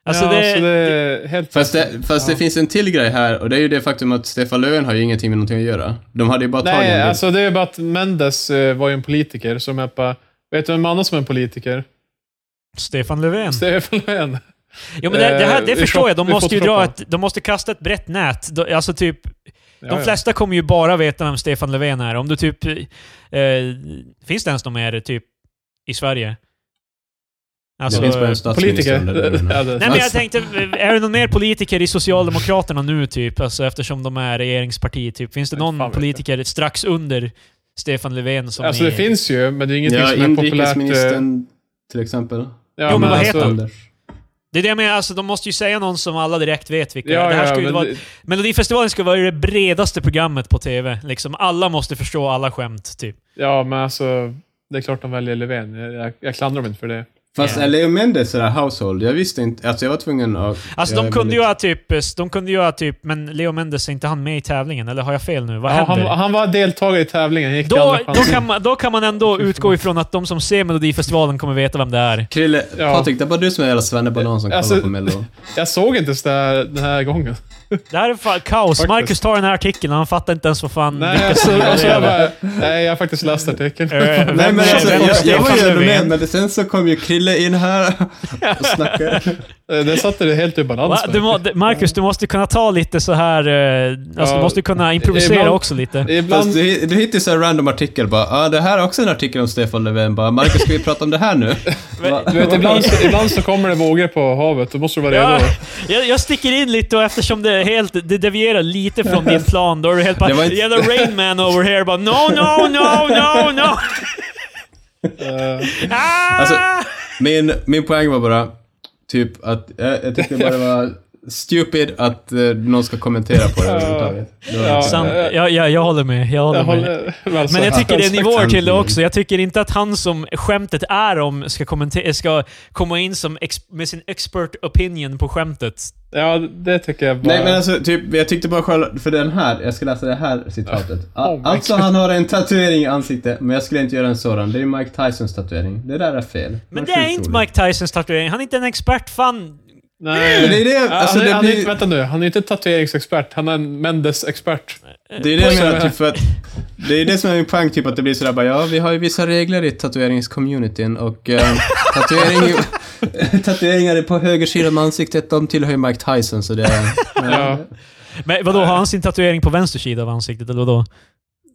S1: Alltså
S3: ja,
S1: det,
S3: så det är helt...
S2: Fast, det, fast det
S3: Ja.
S2: finns en till grej här, och det är ju det faktum att Stefan Löfven har ju ingenting med någonting att göra. De hade ju bara tagit en
S3: Nej,
S2: bild.
S3: alltså det är bara att Mendes eh, var ju en politiker som jag bara... Vet du vem annan som är en politiker?
S1: Stefan Löfven.
S3: Stefan Löfven.
S1: Jo, men det, det, här, det
S3: Eh,
S1: förstår jag. De
S3: vi
S1: måste ju
S3: får
S1: dra
S3: troppa.
S1: ett, de måste kasta ett brett nät. De- Alltså typ,
S3: Ja,
S1: de
S3: ja.
S1: flesta kommer ju bara veta vem Stefan Löfven är. Om du typ... Eh, finns det ens de är typ i Sverige? Alltså,
S2: det finns bara
S1: eh,
S2: en statsminister.
S3: Politiker.
S2: om det är det du menar.
S3: Ja, det-
S1: Nej, men jag
S3: alltså,
S1: tänkte, är det någon mer politiker i Socialdemokraterna nu typ? Alltså eftersom de är regeringsparti typ. Finns det
S3: Nej, fan
S1: någon
S3: vet jag.
S1: politiker strax under Stefan Löfven som
S3: alltså
S1: är...
S3: det finns ju, men det är ingenting
S2: Ja,
S3: som är populärt. eh,
S2: inrikesministern till exempel.
S3: Ja,
S1: Jo, men vad heter
S3: alltså,
S2: Anders.
S1: Det är det jag menar, alltså de måste ju säga någon som alla direkt vet vilka
S3: Ja,
S1: det här
S3: ja,
S1: ska ju
S3: men
S1: vara...
S3: det-
S1: Melodifestivalen ska vara det bredaste programmet på TV. Liksom, alla måste förstå alla skämt, typ.
S3: ja, men alltså, det är klart de väljer Löfven. Jag, jag, jag klandrar dem inte för det.
S2: Fast
S1: Ja.
S2: är Leo Mendes sådär household? Jag visste inte. Alltså jag var tvungen att...
S1: Alltså
S2: jag
S1: de
S2: är
S1: kunde
S2: väldigt-
S1: ju ha typ... De kunde ju ha typ... Men Leo Mendes, är inte han med i tävlingen? Eller har jag fel nu? Vad
S3: Ja,
S1: händer?
S3: han, han var deltagare i tävlingen. Gick till
S1: då,
S3: andra
S1: då,
S3: chansen.
S1: kan man, då kan man ändå utgå ifrån att de som ser Melodifestivalen kommer veta vem det är.
S2: Krille,
S3: Ja.
S2: Patrik, det är bara du som är jävla svennebanan som
S3: Alltså-
S2: kollar på
S3: <laughs>
S2: Mello.
S3: Jag såg inte ens det här, den här
S1: Mm.
S3: gången.
S1: Det här är fan kaos.
S3: Faktiskt.
S1: Marcus tar den här artikeln och han fattar inte ens vad fan...
S3: Nej,
S1: vilka
S3: alltså,
S1: som är
S3: alltså, jag
S1: det.
S3: bara, nej, jag har faktiskt läst artikeln.
S1: Eh, vem
S2: Nej men
S1: är-
S2: alltså,
S1: vem
S2: jag,
S1: är
S2: jag var
S1: Stefan
S2: ju ändå
S1: Löfven?
S2: med, men sen så kom ju Krille in här och snackade.
S3: Eh, Den satte det helt ur balans.
S1: Va? Du må, d- Marcus, du måste kunna ta lite så här... eh, Alltså, du
S3: Ja,
S1: måste kunna improvisera
S3: ibland-
S1: också lite.
S3: Ibland...
S2: Fast du, du hittar ju så här random artikel bara, ah, det här är också en artikel om Stefan Löfven bara, Marcus ska vi prata om det här
S3: <laughs>
S2: nu? Va?
S3: Du vet, ibland, så, ibland så kommer det vågor på havet, då måste du vara
S1: Ja, <laughs>
S3: redo.
S1: jag, jag sticker in lite och eftersom det är helt det devierar lite från din plan, då är du helt bara
S2: Det var inte-
S1: “Jävla Rain Man over here” bara “No, no, no, no,
S3: <laughs>
S1: no!”
S3: Eh,
S1: ah!
S2: Alltså- Min, min poäng var bara, typ att, jag, jag tyckte bara det var stupid att eh, någon ska kommentera
S3: <laughs>
S2: på det överhuvudtaget. Det var
S3: Ja.
S2: liksom-
S1: Sant. jag, jag, jag håller med, jag håller
S3: jag
S1: med.
S3: håller alltså, väl så
S1: Men jag
S3: här.
S1: tycker det är nivåer
S2: sant.
S1: till det också. Jag tycker inte att han som skämtet är om ska, kommente- ska komma in som ex- med sin expert opinion på skämtet.
S3: <laughs> Ja, det tycker jag bara.
S2: Nej men alltså, typ, jag tyckte bara själv, för den här, jag ska läsa det här citatet.
S3: Oh my
S2: alltså
S3: God.
S2: han har en tatuering i ansiktet, men jag skulle inte göra en sådan. Det är Mike Tysons tatuering. Det där är fel.
S1: Men
S2: Var
S1: det är
S2: sjukt
S1: inte
S2: rolig.
S1: Mike Tysons tatuering. Han är inte en expert. Fan,
S3: Nej.
S2: Men det är det,
S3: Ja,
S2: alltså,
S3: han, är-
S2: det
S3: han är
S2: blir-
S3: inte, vänta nu, han är inte tatueringsexpert, han är en Mendes-expert.
S2: Det är det jag
S3: Poäng.
S2: menar, typ för att... Det är det som är min poäng, typ att det blir sådär bara, ja vi har ju vissa regler i tatueringscommunityn
S1: <laughs>
S2: och eh, tatuering, <laughs> tatueringar på höger sida om ansiktet, de tillhör ju Mike Tyson så det är...
S3: Ja,
S1: Men vadå, har han sin tatuering på vänster sida av ansiktet, eller vadå?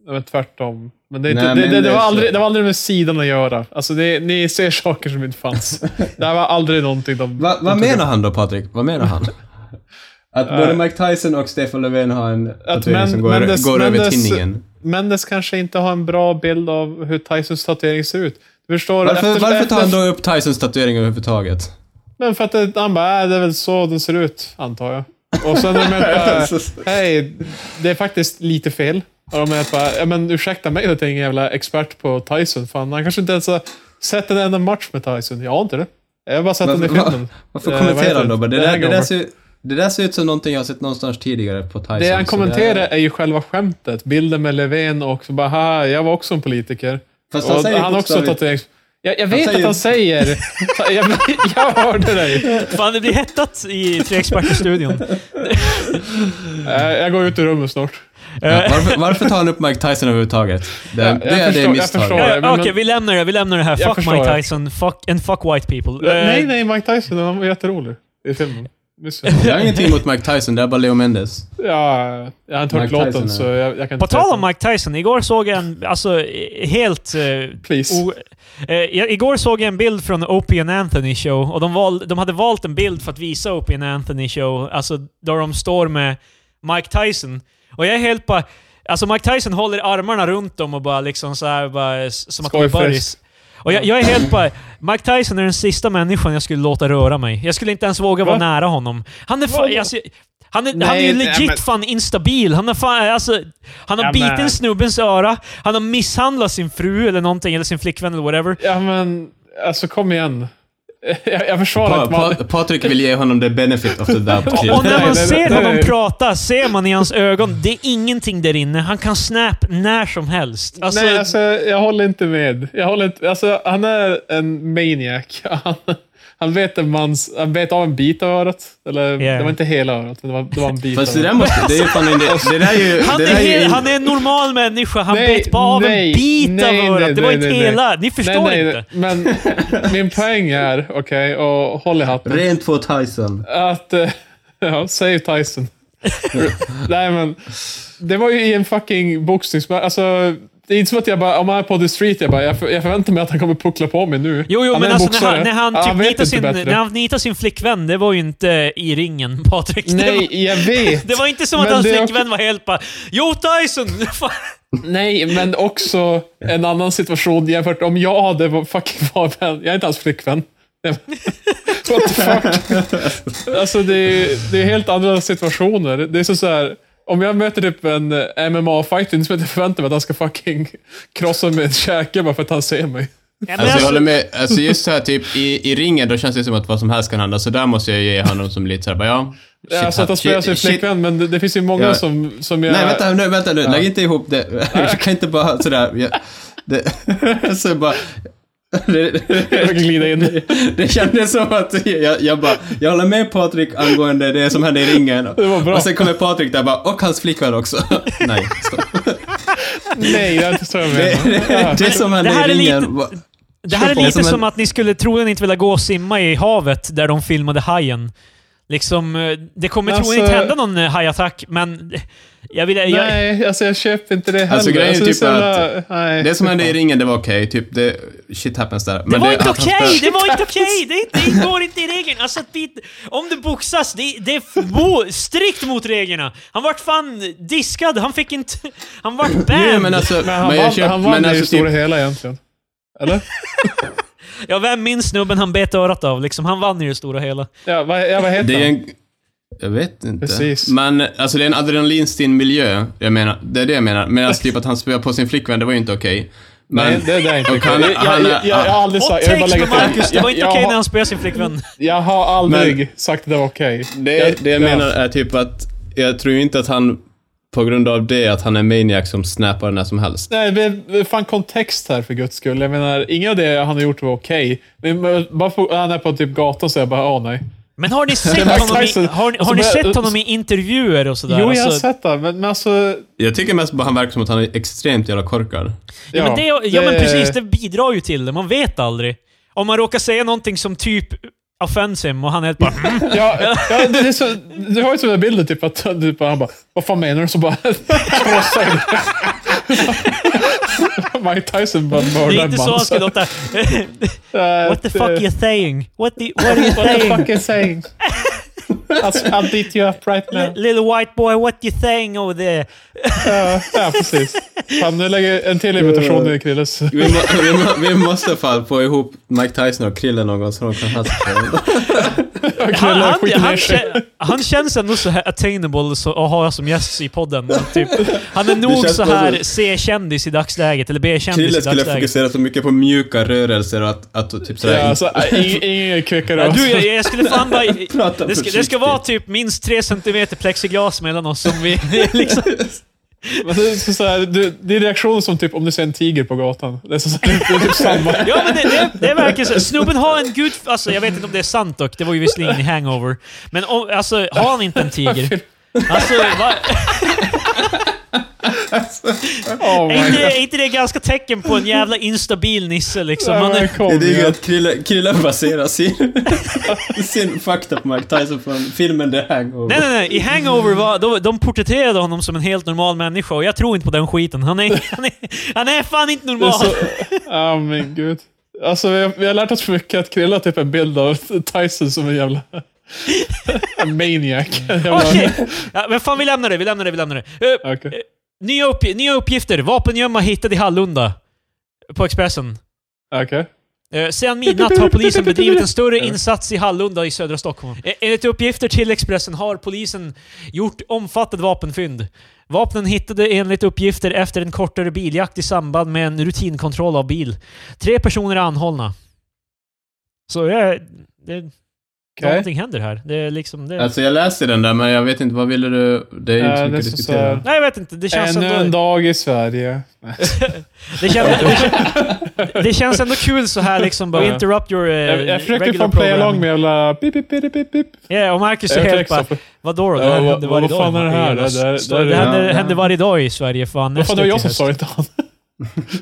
S3: men tvärtom. Men det, är inte,
S2: Nej,
S3: det,
S2: men
S3: det,
S2: det
S3: det,
S2: är
S3: var
S2: så.
S3: aldrig, det var aldrig med sidan att göra. Alltså, det, ni ser saker som
S2: <laughs>
S3: inte fanns. Det här var aldrig någonting de...
S2: Va, vad menar han då Patrik? Vad menar han? Att både
S3: Eh.
S2: Mike Tyson och Stefan Löfven har en tatuering
S3: men-
S2: som går,
S3: Mendes-
S2: går över
S3: Mendes-
S2: tinningen.
S3: Mendes kanske inte har en bra bild av hur Tysons tatuering ser ut. Du förstår?
S2: Varför,
S3: efter-
S2: varför tar han
S3: efter-
S2: då upp Tysons tatuering överhuvudtaget?
S3: Men för att det, han bara, äh, det är väl så den ser ut, antar jag. Och
S2: <laughs>
S3: sen är de bara, hej, det är faktiskt lite fel. Och de är bara, ja men ursäkta mig att jag är ingen jävla expert på Tyson. Fan, han kanske inte ens har sett en enda match med Tyson. Jag har inte det. Jag har bara sett den i
S2: Varför,
S3: filmen. Eh,
S2: varför
S3: vad heter
S2: kommenterar han då?
S3: det?
S2: Bara, Det
S3: The
S2: där, det, där
S3: Hangover.
S2: ser, det där ser ut som någonting jag har sett någonstans tidigare på Tyson.
S3: Det han
S2: så
S3: kommenterar är ju själva skämtet. Bilden med Löfven och så bara, "Haha, jag var också en politiker.
S2: Fast han
S3: Och
S2: säger
S3: han har också
S2: bokstavligt-
S3: tatuerings... Jag, jag vet
S2: säger-
S3: att han säger... <laughs> Ta- jag, jag hörde
S2: <laughs>
S3: dig.
S1: Fan, det blir hettat i Tre <laughs> Experter-studion.
S3: Eh, Jag går ut ur rummet snart.
S2: Ja, varför, varför tar han upp Mike Tyson överhuvudtaget? Det,
S3: Ja, jag
S2: det är det
S3: förstår- jag förstår.
S2: misstaget.
S1: Eh,
S3: men- men-
S1: Okej, vi lämnar det. Vi lämnar det här.
S3: Jag
S1: Fuck
S3: förstår,
S1: Mike
S3: ja.
S1: Tyson fuck, and fuck white people. Eh,
S3: Nej, nej, Mike Tyson, han var jätterolig i filmen. Visst.
S2: Jag har ingenting emot Mike Tyson, det är bara Leo Mendes.
S3: Ja, jag har inte hört
S2: Mike
S3: låten,
S2: Tyson är-
S3: så jag, jag kan
S1: På
S3: inte...
S1: tal om Mike Tyson, igår såg jag en, alltså eh, helt... eh,
S3: Please.
S1: O, eh, jag- igår såg jag en bild från Opie and Anthony show och de, val, de hade valt en bild för att visa Opie and Anthony show, alltså där de står med Mike Tyson. Och jag är helt bara... Alltså Mike Tyson håller armarna runt dem och bara liksom så här, bara, s- som att de är
S3: Skojfest.
S1: buddies. Och jag, jag är helt bara... Mike Tyson är den sista människan jag skulle låta röra mig. Jag skulle inte ens våga vara
S3: Va?
S1: nära honom. Han är fan...
S3: Va?
S1: Alltså, han är, han är
S3: Nej,
S1: ju
S3: nej,
S1: legit
S3: men-
S1: fan instabil. Han har, fan, alltså, han har
S3: Ja,
S1: bitit
S3: men-
S1: snubbens öra, han har misshandlat sin fru eller någonting, eller sin flickvän eller whatever.
S3: Ja, men alltså kom igen. <laughs> Jag, jag försvarar
S2: Pa,
S3: inte man...
S2: pa, Patrik vill ge honom the benefit of the doubt.
S1: Och när
S3: Nej,
S1: man
S3: nej,
S1: ser
S3: nej.
S1: honom prata ser man i hans ögon, det är ingenting där inne. Han kan snap när som helst. Alltså,
S3: Nej, alltså jag håller inte med. Jag håller inte... Alltså, han är en maniac. <laughs> Han, han, vet en mans, han vet av en bit av örat. Eller,
S1: Ja.
S3: Det var inte hela örat, men det var, det var en bit
S2: Fast
S3: av
S2: det där måste... Det är ju fan en, det, det där är ju...
S1: Han
S2: det
S1: är,
S2: där är
S1: hel,
S2: ju
S1: han är en normal människa, han
S3: Nej,
S1: bet bara av
S3: nej,
S1: en bit
S3: nej,
S1: av örat.
S3: nej,
S1: det var
S3: nej,
S1: inte
S3: nej, nej.
S1: hela. Ni förstår inte.
S3: Men
S1: <laughs>
S3: min poäng är, okej, och håll i hatten.
S2: Rent på Tyson.
S3: att... eh, <laughs> Ja, save Tyson. <laughs> Nej, men det var ju i en fucking boxningsmatch. Alltså, det är inte som att jag bara, om han är på the street, jag bara, jag, för, jag förväntar mig att han kommer puckla på mig nu.
S1: Jo, jo,
S3: han är
S1: men
S3: en
S1: alltså när
S3: boxare.
S1: han, när han, typ
S3: vet
S1: nitar
S3: inte
S1: sin,
S3: bättre.
S1: när han nitar sin flickvän, det var ju inte i ringen, <laughs> Patrik. <laughs> Det var,
S3: Nej, jag vet.
S1: det var inte som att
S3: Men
S1: hans
S3: det är
S1: flickvän var helt bara “Jo Tyson!” <laughs> Fan.
S3: Nej, men också en annan situation jämfört om jag hade var- fucking varit vän. Jag är inte hans flickvän. <laughs> What the fuck? Alltså det är, det är helt andra situationer. Det är så, så här. Om jag möter typ en MMA-fighter, det är inte som att jag förväntar mig att han ska fucking krossa mig med en käke bara för att han ser mig.
S1: Ja, men
S2: Alltså, jag
S1: alltså-
S2: håller med. Alltså just så här typ i, i ringen, då känns det som att vad som helst kan hända. Så där måste jag ge honom som lite såhär, bara ja...
S3: Shit, alltså att han
S2: han-
S3: spelar sin
S2: shit- shit-
S3: flickvän, men det, det finns ju många
S2: Ja.
S3: som, som jag...
S2: Nej, vänta nu, vänta nu. Lägg inte ihop
S1: <laughs>
S2: det. Jag kan inte bara sådär. Jag, det, <laughs> så bara... Det,
S3: Jag försöker glida in.
S2: det kändes som att jag, jag bara, jag håller med Patrik angående det som hände i ringen. Det
S3: var bra.
S2: Och sen kommer Patrik där bara, och hans flickvän också. <laughs> Nej, så,
S3: Nej, det är inte så jag
S2: det,
S3: menar.
S2: det, det som hände
S1: Det här
S2: i
S1: är lite-
S2: ringen var...
S1: Det här är
S2: Det är
S1: lite
S2: som en-
S1: som att ni skulle troligen inte vilja gå och simma i havet där de filmade hajen. Liksom, eh, det kommer
S3: Alltså-
S1: troligen inte hända någon eh, hajattack, men... <laughs> Jag vill, jag,
S3: Nej, alltså jag köper inte det heller.
S2: Alltså, grejen är
S3: det
S2: typ
S3: så jävla- nej,
S2: Det som
S3: fy
S2: hände
S3: fan.
S2: i ringen, det var okej. Typ, det, shit happens där. Men
S1: det var inte
S2: att han
S1: okej!
S2: spelade-
S1: Det var inte okej! Det, det ingår inte i regeln. Alltså att bit, om det boxas, det, det är f- mo, strikt mot reglerna. Han vart fan diskad. Han fick inte... Han vart
S2: Jo, men
S1: banned.
S2: alltså...
S3: Men han
S2: men jag
S3: vann,
S2: köpt-
S3: han vann
S2: men
S3: det i
S2: alltså,
S3: stora
S2: typ,
S3: hela egentligen. Eller?
S1: Ja, vem minns snubben han bet örat av? Liksom, han vann ju det stora hela.
S3: Ja, vad, ja, vad heter
S2: Det är
S3: han?
S2: en... Jag vet inte.
S3: Precis.
S2: Men alltså det är en adrenalinstinn miljö. Jag menar, det är det jag menar. Men alltså typ att han spöade på sin flickvän, det var ju inte okej. Men...
S3: Nej, det, det är inte
S2: Och
S3: okej.
S2: han-
S3: Jag, jag,
S2: han-
S3: jag, jag har aldrig
S1: Hot
S3: sagt... Jag vill bara
S1: takes
S3: lägga
S1: med
S3: till.
S1: Marcus. Det var inte
S3: jag,
S1: okej
S3: jag,
S1: när
S3: har-
S1: han spöade sin flickvän.
S3: jag har aldrig sagt att det var okej.
S2: Det, det jag menar är typ att jag tror ju inte att han, på grund av det, att han är maniac som snappar när som helst.
S3: Nej, det det är fan kontext här för guds skull. Jag menar, inget av det han har gjort var okej. Men- men Bara för att han är på typ gatan så är jag bara, åh nej.
S1: Men har ni sett
S3: Mike
S1: honom i,
S3: Tyson.
S1: har, ni- har
S3: Alltså,
S1: ni
S3: men-
S1: sett honom i intervjuer och sådär?
S3: Jo, jag har
S1: Alltså,
S3: sett det, men, men alltså...
S2: Jag tycker mest bara han verkar som att han är extremt jävla korkad.
S1: ja, men det, ja, men precis. Det bidrar ju till det. Man vet aldrig. Om man råkar säga någonting som typ offensive och han är helt bara mm.
S3: Ja, ja det är så, du har ju sådana bilder, typ att typ, han bara Vad fan menar du? Så bara krossar jag dig. Mike Tyson bara
S1: Det
S3: mördar
S1: är
S3: en
S1: inte så
S3: man.
S1: han ska låta...
S3: Eh,
S1: What the fuck
S3: det-
S1: you saying? What, the, what are you
S3: <laughs> What the
S1: saying?
S3: fuck you saying? I'll, I'll beat you up right now.
S1: Little white boy, what you saying over there?
S3: Ja, ja, precis. Fan, nu lägger jag en till imitation i Krilles.
S2: Vi, må, <laughs> vi, må, vi måste fan få ihop Mike Tyson och Krille någon gång så de kan hälsa på
S3: <laughs>
S2: honom.
S1: Han, han,
S3: skiter ner
S1: han,
S3: sig.
S1: kä- han känns ändå så här attainable så, att ha som gäst i podden. Och Typ. Han är nog
S2: känns
S1: så här
S2: precis.
S1: C-kändis i dagsläget, eller B-kändis i
S2: Krille skulle
S1: dagsläget.
S2: fokusera så mycket på mjuka rörelser och att, att typ sådär...
S3: Ja, alltså, ing- ingen är kvickare.
S1: Ja, du, jag, jag skulle fan
S3: <laughs>
S1: bara...
S2: Prata
S1: Det ska, det ska
S2: försiktigt.
S1: vara typ minst tre centimeter plexiglas mellan oss som vi <laughs> liksom...
S3: Men det, är så så här, du, det är reaktion som typ om du ser en tiger på gatan. Det är, så, så här, det är typ samma.
S1: Ja men det, det, det är verkligen så. Snubben har en gud... Alltså jag vet inte om det är sant dock, det var ju visserligen i Hangover. Men om, alltså, har han inte en
S3: <laughs>
S1: tiger? Alltså, va,
S3: Oh
S1: är,
S3: my
S1: inte,
S3: god.
S1: är inte det ganska tecken på en jävla instabil nisse liksom? Han
S3: Ja, men
S1: är,
S3: kom
S2: Det är ju
S3: igen.
S2: att Krille, Krille baserar sin, <laughs> sin fakta på Mike Tyson från filmen The Hangover.
S1: nej nej nej, i Hangover var, de, de porträtterade honom som en helt normal människa och jag tror inte på den skiten. Han är, han är, han är fan inte
S3: Det är
S1: normal!
S3: så... <laughs> Ja, men gud. Alltså, vi har, vi har lärt oss för mycket att Krilla har typ en bild av Tyson som en jävla... <laughs> en maniac. Jävla...
S1: Okej! Ja, men fan vi lämnar det, vi lämnar det, vi lämnar det. Eh,
S3: Okej.
S1: Nya, upp, nya uppgifter. Vapengömma hittad i Hallunda. På Expressen.
S3: Okej.
S1: Eh, sedan midnatt har polisen bedrivit en större insats i Hallunda i södra Stockholm. Eh, enligt uppgifter till Expressen har polisen gjort omfattande vapenfynd. Vapnen hittade enligt uppgifter efter en kortare biljakt i samband med en rutinkontroll av bil. Tre personer är anhållna. Så jag... Det,
S3: Okej.
S1: Någonting händer här. Det är liksom... Det...
S2: Alltså jag läser den där, men jag vet inte, vad ville du? Det är ju inte
S3: Ja,
S2: så
S3: det
S2: mycket
S3: är
S2: att
S3: så
S2: diskutera.
S3: såhär-
S1: Nej, jag vet inte. Det känns
S3: Ännu en
S1: ändå... Eh,
S3: dag i Sverige. Nej.
S1: Det känns, det, känns, det känns ändå kul så här liksom bara
S3: Ja.
S1: interrupt your eh,
S3: Jag, jag försöker
S1: regular
S3: få play along
S1: programming.
S3: med jävla pip, pip, pip, pip, pip.
S1: Ja, och Marcus är
S3: Jag
S1: helt
S3: textar
S1: bara
S3: på-
S1: Vadå då? Det
S3: Ja,
S1: här
S3: vad-
S1: händer varje
S3: vad
S1: dag.
S3: fan är det här?
S1: Det,
S3: Det- det-
S1: det,
S3: det-
S1: händer,
S2: Ja.
S1: händer varje dag i Sverige. Fan, typ
S3: Vad fan, det var jag som
S1: SD
S3: sa det inte han.
S1: till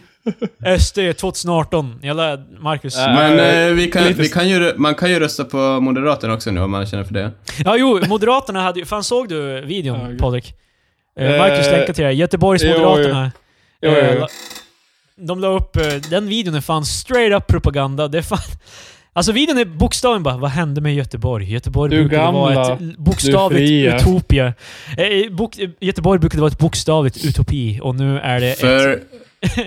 S1: höst. SD 2018. Jävla Marcus.
S3: Ja.
S2: Men
S3: Eh,
S2: eh, vi kan,
S3: lite-
S2: vi kan ju, man kan ju rösta på Moderaterna också nu om man känner för det.
S1: Ja, jo, Moderaterna hade ju... Fan, såg du videon,
S3: Ja, gud.
S1: Patrik? Eh,
S3: Eh,
S1: Marcus länkade till det. här. Göteborgs
S3: jo, jo.
S1: Moderaterna.
S3: Jo,
S1: <laughs>
S3: jo,
S1: Eh,
S3: jo.
S1: la- De la upp... eh, Den videon är fan straight up propaganda. Det är fan... Alltså videon är bokstaven bara, vad hände med Göteborg? Göteborg
S3: Du
S1: brukade vara
S3: gamla,
S1: ett bokstavligt
S3: du fria."
S1: utopia. Eh, bok, eh, Göteborg brukade vara ett bokstavligt utopi och nu är det ett... <laughs>
S2: För,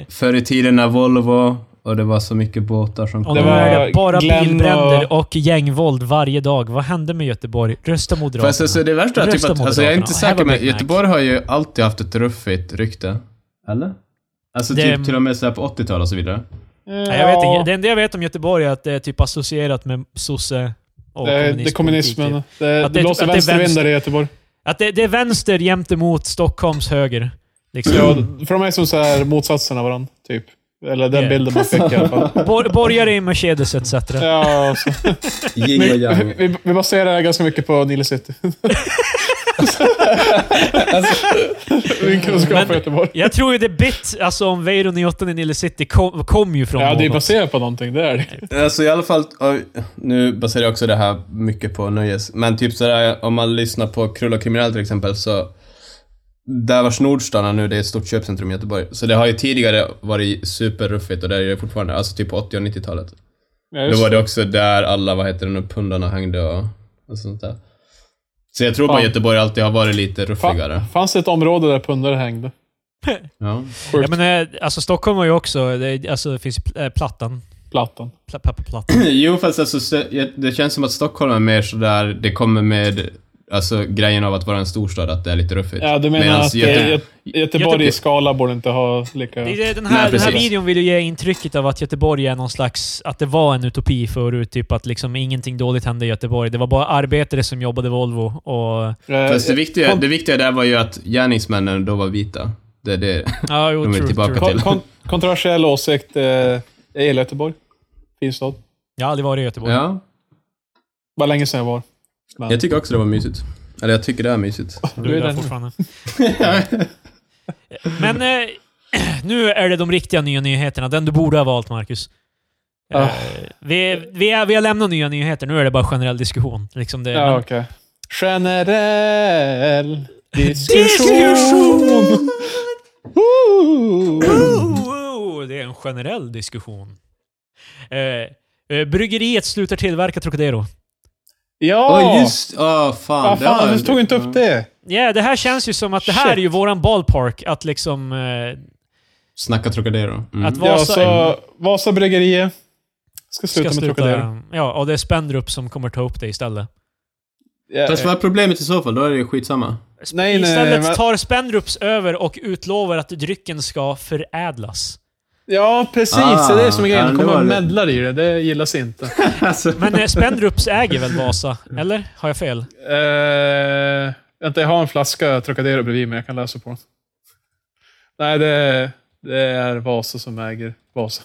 S2: förr i tiden när Volvo och det var så mycket båtar som
S1: Och
S2: kom.
S1: nu
S3: det var
S1: är det bara
S3: Glenn och-
S1: bilbränder och... gängvåld varje dag. Vad hände med Göteborg? Rösta Moderaterna.
S2: Fast alltså, det värsta är typ
S1: Rösta
S2: att, alltså, jag är inte
S1: Moderaterna. Have
S2: säker,
S1: a
S2: men
S1: Big Mac.
S2: Göteborg har ju alltid haft ett ruffigt rykte. Eller? Alltså
S1: Det-
S2: typ till och med så här på 80-talet och så vidare.
S3: eh,
S1: Nej, jag vet inte. Det enda jag vet om Göteborg är att det är typ associerat med sosse och
S3: Det är, Eh, det är
S1: kommunistpolitik, typ.
S3: kommunismen. Det,
S1: Att det-
S3: det blåser
S1: att det är
S3: vänstervindar
S1: vänster.
S3: i Göteborg.
S1: Att det, det är vänster gentemot Stockholms höger. Liksom.
S3: Ja, för de är som så här motsatsen av varandra, typ. Eller den
S1: Ja.
S3: bilden man fick i alla
S1: <laughs>
S3: fall.
S1: Bor, borgare i Mercedes etc.
S3: Ja, så.
S2: Yin och
S3: Vi,
S2: yang.
S3: vi, vi baserar det här ganska mycket på
S1: <laughs>
S3: Nile City. Min kunskap
S1: Alltså, Men-
S3: om Göteborg.
S1: Jag tror ju det bit, alltså om Veiron i 8 i Nile City kom, kom ju från
S3: Ja, det är
S1: honom.
S3: baserat på någonting. Det är det.
S2: Alltså i alla fall, oj, nu baserar jag också det här mycket på nöjes, men typ sådär om man lyssnar på Krull och Kriminell till exempel så där vars Nordstan är nu, det är ett stort köpcentrum i Göteborg. Så det har ju tidigare varit superruffigt och det är det fortfarande, alltså typ på 80 och 90-talet.
S3: Ja,
S2: Då
S3: just
S2: var det också där alla, vad heter det nu, pundarna hängde och, och sånt där. Så jag tror bara
S3: Fan.
S2: Göteborg alltid har varit lite ruffigare.
S3: Fa- Fanns det ett område där pundare hängde?
S2: Ja. <clears throat>
S1: Ja, men, eh, alltså Stockholm har ju också, det, är- alltså det finns ju pl- eh, Plattan.
S3: Plattan.
S1: Pla- Pappa Plattan.
S2: Jo, fast alltså, se- jag- det känns som att Stockholm är mer sådär, det kommer med alltså, grejen av att vara en storstad, att det är lite ruffigt.
S3: Ja, du menar
S2: Medans
S3: att eh,
S2: Göte-
S3: Gö- Göteborg
S1: Göteborg-
S3: i skala borde inte ha lika...
S1: Det är
S3: Ja,
S1: det- Den
S2: Nej,
S1: här, den här
S2: precis.
S1: videon vill ju ge intrycket av att Göteborg är någon slags... Att det var en utopi förut. Typ att liksom ingenting dåligt hände i Göteborg. Det var bara arbetare som jobbade Volvo och...
S3: Eh,
S2: Fast det viktiga, det viktiga där var ju att gärningsmännen då var vita. Det är det.
S1: Ja, jo,
S2: De är
S1: true,
S2: tillbaka
S1: true.
S2: till-
S3: kon- kon- kontroversiell åsikt. Eh, jag gillar Göteborg. Fin stad.
S1: Jag har aldrig varit i Göteborg.
S2: Ja,
S3: Var länge sedan jag var. Men,
S2: jag tycker också det var mysigt. Eller jag tycker det är
S3: <laughs>
S2: mysigt.
S1: Du är
S3: Du är
S1: där
S3: den.
S1: fortfarande. Men eh, <clears throat> nu är det de riktiga nya nyheterna. Den du borde ha valt, Marcus. Eh,
S3: Ah.
S1: vi, vi, är, vi har lämnat nya nyheter. Nu är det bara generell diskussion. Liksom det,
S3: ja,
S1: men-
S3: okej. Generell
S1: Diskussion!
S3: diskussion. Woo!
S1: Oh, det är en generell diskussion. Eh, eh, bryggeriet slutar tillverka Trocadero.
S3: ja!
S2: Åh just, åh fan.
S3: Vad
S2: det
S3: fan,
S2: var- eh,
S3: du tog inte upp det.
S1: Ja, det här känns ju som att det här
S3: Shit.
S1: är ju våran ballpark. Att liksom... Eh,
S2: Snacka Trocadero. Mm.
S1: att
S3: Ja,
S1: Vasa
S3: så Vasa Bryggerier ska
S1: ska
S3: sluta med Trocadero.
S1: sluta... Ja, och det är Spendrup som kommer ta upp det istället.
S3: Ja,
S2: Fast vad är problemet i så fall? Då är det ju
S3: <laughs>
S2: skitsamma.
S3: Nej, nej,
S1: Istället
S3: men-
S1: tar Spendrups över och utlovar att drycken ska förädlas.
S3: Ja, precis.
S2: Ah,
S3: det är det som är
S2: ja,
S3: grejen.
S2: det
S3: Kommer
S2: var
S3: och
S2: det.
S3: meddlar i det. Det
S2: <laughs>
S3: gillas inte.
S2: alltså.
S1: Men eh, Spendrups äger väl Vasa?
S3: Mm.
S1: Eller? Har jag fel?
S3: Eh, vänta, jag har en flaska Trocadero bredvid mig. Jag kan läsa på den. Nej, det, det är Vasa som äger Vasa.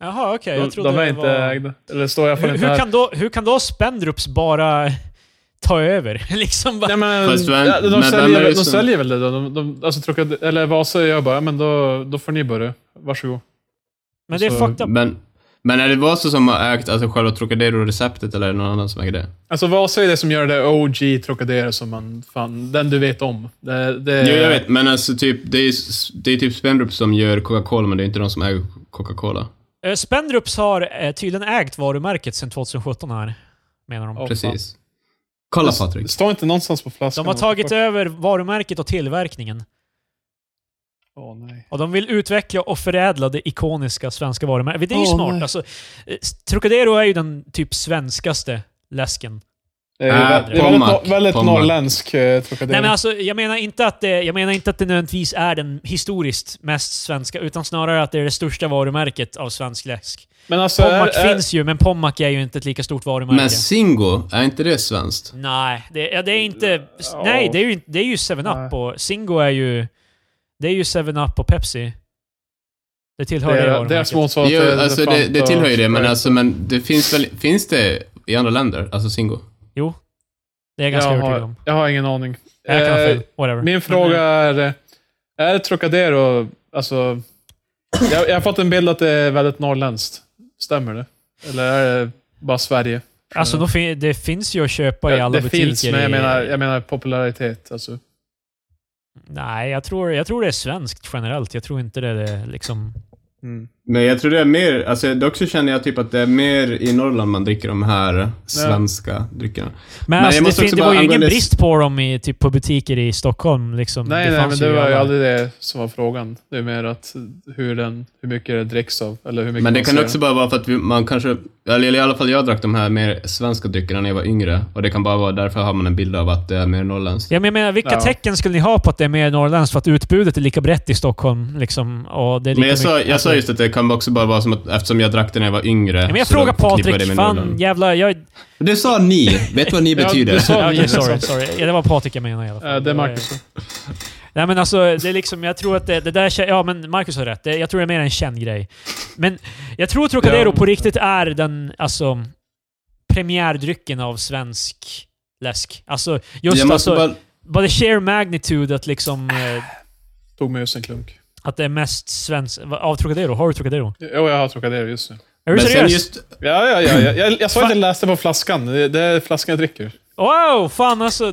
S1: Jaha, okej.
S3: De,
S1: jag trodde
S3: de är
S1: det
S3: inte
S1: var...
S3: ägda. Eller står jag för
S1: Hur,
S3: inte
S1: hur,
S3: här?
S1: kan då, hur kan då Spendrups bara ta över? <laughs> liksom bara...
S3: Nej,
S2: <laughs>
S3: men,
S2: Fast vem-
S3: ja, de,
S2: men vem
S3: säljer,
S2: är
S3: väl-
S2: det
S3: de
S2: som-
S3: säljer väl det då? De, de, alltså, Trocadero- eller Vasa gör bara, men då, då får ni börja. Varsågod.
S1: Men det är
S3: Så-
S1: fucked up.
S2: Men, men är det Vasa som har ägt alltså, själva Trocadero-receptet eller är det någon annan som äger det?
S3: Alltså Vasa är det som gör det OG Trocadero som man fan, den du vet om. Det, det,
S2: Jo, jag vet, men alltså typ, det är, det är typ Spendrup som gör Coca-Cola, men det är inte de som äger Coca-Cola.
S1: Eh, Spendrups har eh, tydligen ägt varumärket sedan 2017 här, menar de.
S3: Åh, fan.
S2: Precis. Kolla Patrik.
S3: Det står inte någonstans på flaskan.
S1: De har tagit över varumärket och tillverkningen.
S3: Åh, nej.
S1: Och de vill utveckla och förädla det ikoniska svenska varumärket. Det är ju
S3: Åh,
S1: smart.
S3: nej.
S1: Alltså, eh, Trocadero är ju den typ svenskaste läsken.
S3: Det Det är ju
S2: Äh,
S3: vä- det är väldigt,
S2: Pommac,
S3: no- väldigt
S2: Pommac.
S3: norrländsk eh, trocadero.
S1: Nej, men alltså, jag, menar inte att det, jag menar inte att det nödvändigtvis är den historiskt mest svenska, utan snarare att det är det största varumärket av svensk läsk.
S3: Men alltså,
S1: Pommac
S3: är, är,
S1: finns ju, men Pommac är ju inte ett lika stort varumärke.
S2: Men Singo, är inte det svenskt?
S1: Nej, det, ja, det är inte...
S3: Ja.
S1: Nej, det är ju, inte- det är ju
S3: Nej.
S1: 7-Up och Singo är ju... Det är ju 7-Up och Pepsi. Det tillhör
S3: det
S1: det,
S3: är,
S1: varumärket.
S3: deras motsvarighet
S2: Jo,
S3: till
S2: alltså det,
S3: Elefant
S2: det
S3: och
S2: tillhör ju det, men,
S3: Sprite.
S2: alltså, men det finns väl... Finns det i andra länder? Alltså Singo?
S1: Jo. Det är jag
S3: jag,
S1: ganska övertygad
S3: har,
S1: om.
S3: jag har ingen aning.
S1: Jag kan ha
S3: Eh,
S1: fel. Whatever.
S3: Min fråga är, eh, är Trocadero, alltså... Jag, jag har fått en bild att det är väldigt norrländskt. Stämmer det? Eller är det bara Sverige?
S1: Alltså, då fin- det finns ju att köpa i
S3: Ja,
S1: alla
S3: det
S1: butiker.
S3: finns, men jag
S1: i-
S3: menar, jag menar popularitet.
S2: Mm.
S3: Alltså.
S1: Nej, jag tror, jag tror det är svenskt generellt. Jag tror inte det är liksom...
S2: Men jag tror det är mer, alltså dock så känner jag typ att det är mer i Norrland man dricker de här svenska dryckerna.
S1: Men,
S2: jag
S1: alltså, det,
S2: måste
S1: fin-
S2: också
S1: det
S2: bara
S1: var ju ingen
S2: angående-
S1: brist på dem i, typ, på butiker i Stockholm. Liksom.
S3: Nej, nej, men
S1: fanns
S3: det
S1: ju i
S3: var ju
S1: alla-
S3: aldrig det som var frågan. Det är mer att hur, den, hur mycket det dricks av. Eller hur mycket
S2: Men det
S3: man
S2: kan
S3: ser.
S2: också bara vara för att vi, man kanske, eller i alla fall jag drack de här mer svenska dryckerna när jag var yngre. Och det kan bara vara därför har man en bild av att det är mer norrländskt.
S1: Ja, men jag menar, vilka
S3: Ja.
S1: tecken skulle ni ha på att det är mer norrländskt? För att utbudet är lika brett i Stockholm. Liksom, och det är lika
S2: Men jag
S1: mycket-
S2: sa,
S1: alltså-
S2: jag sa just att det kan också bara vara som att eftersom jag drack det när jag var yngre.
S1: Ja, men jag
S2: så då
S1: frågar
S2: förknippar det
S1: Patrik.
S2: med
S1: Fan,
S2: Norrland.
S1: jävla... Jag,
S2: Det sa ni. Vet vad ni
S3: Ja,
S2: betyder? <laughs>
S3: du sa-
S1: Ja, okej, sorry,
S3: Sorry.
S1: sorry. Ja, det var Patrik jag menade i alla fall.
S3: Eh, Det är
S1: var-
S3: Marcus.
S1: Nej men alltså, det är liksom, jag tror att det, det där... kä- Ja men Marcus har rätt. Det, jag tror det är mer en känd grej. Men jag tror Trocadero
S3: Ja.
S1: på riktigt är den, alltså, premiärdrycken av svensk läsk. Alltså, just
S2: jag måste
S1: alltså, bara...
S2: bara,
S1: the sheer magnitude att liksom... eh,
S3: Tog mig just en klunk.
S1: Att det är mest svensk... va- Av Trocadero? Har du Trocadero?
S3: Jo, jag har Trocadero just nu.
S1: Är du
S2: men sen
S1: seriös?
S2: just,
S3: Ja, ja, ja. Jag, jag, jag sa att jag
S1: Fan.
S3: läste på flaskan. Det, det är flaskan jag dricker.
S1: Wow! Fan alltså.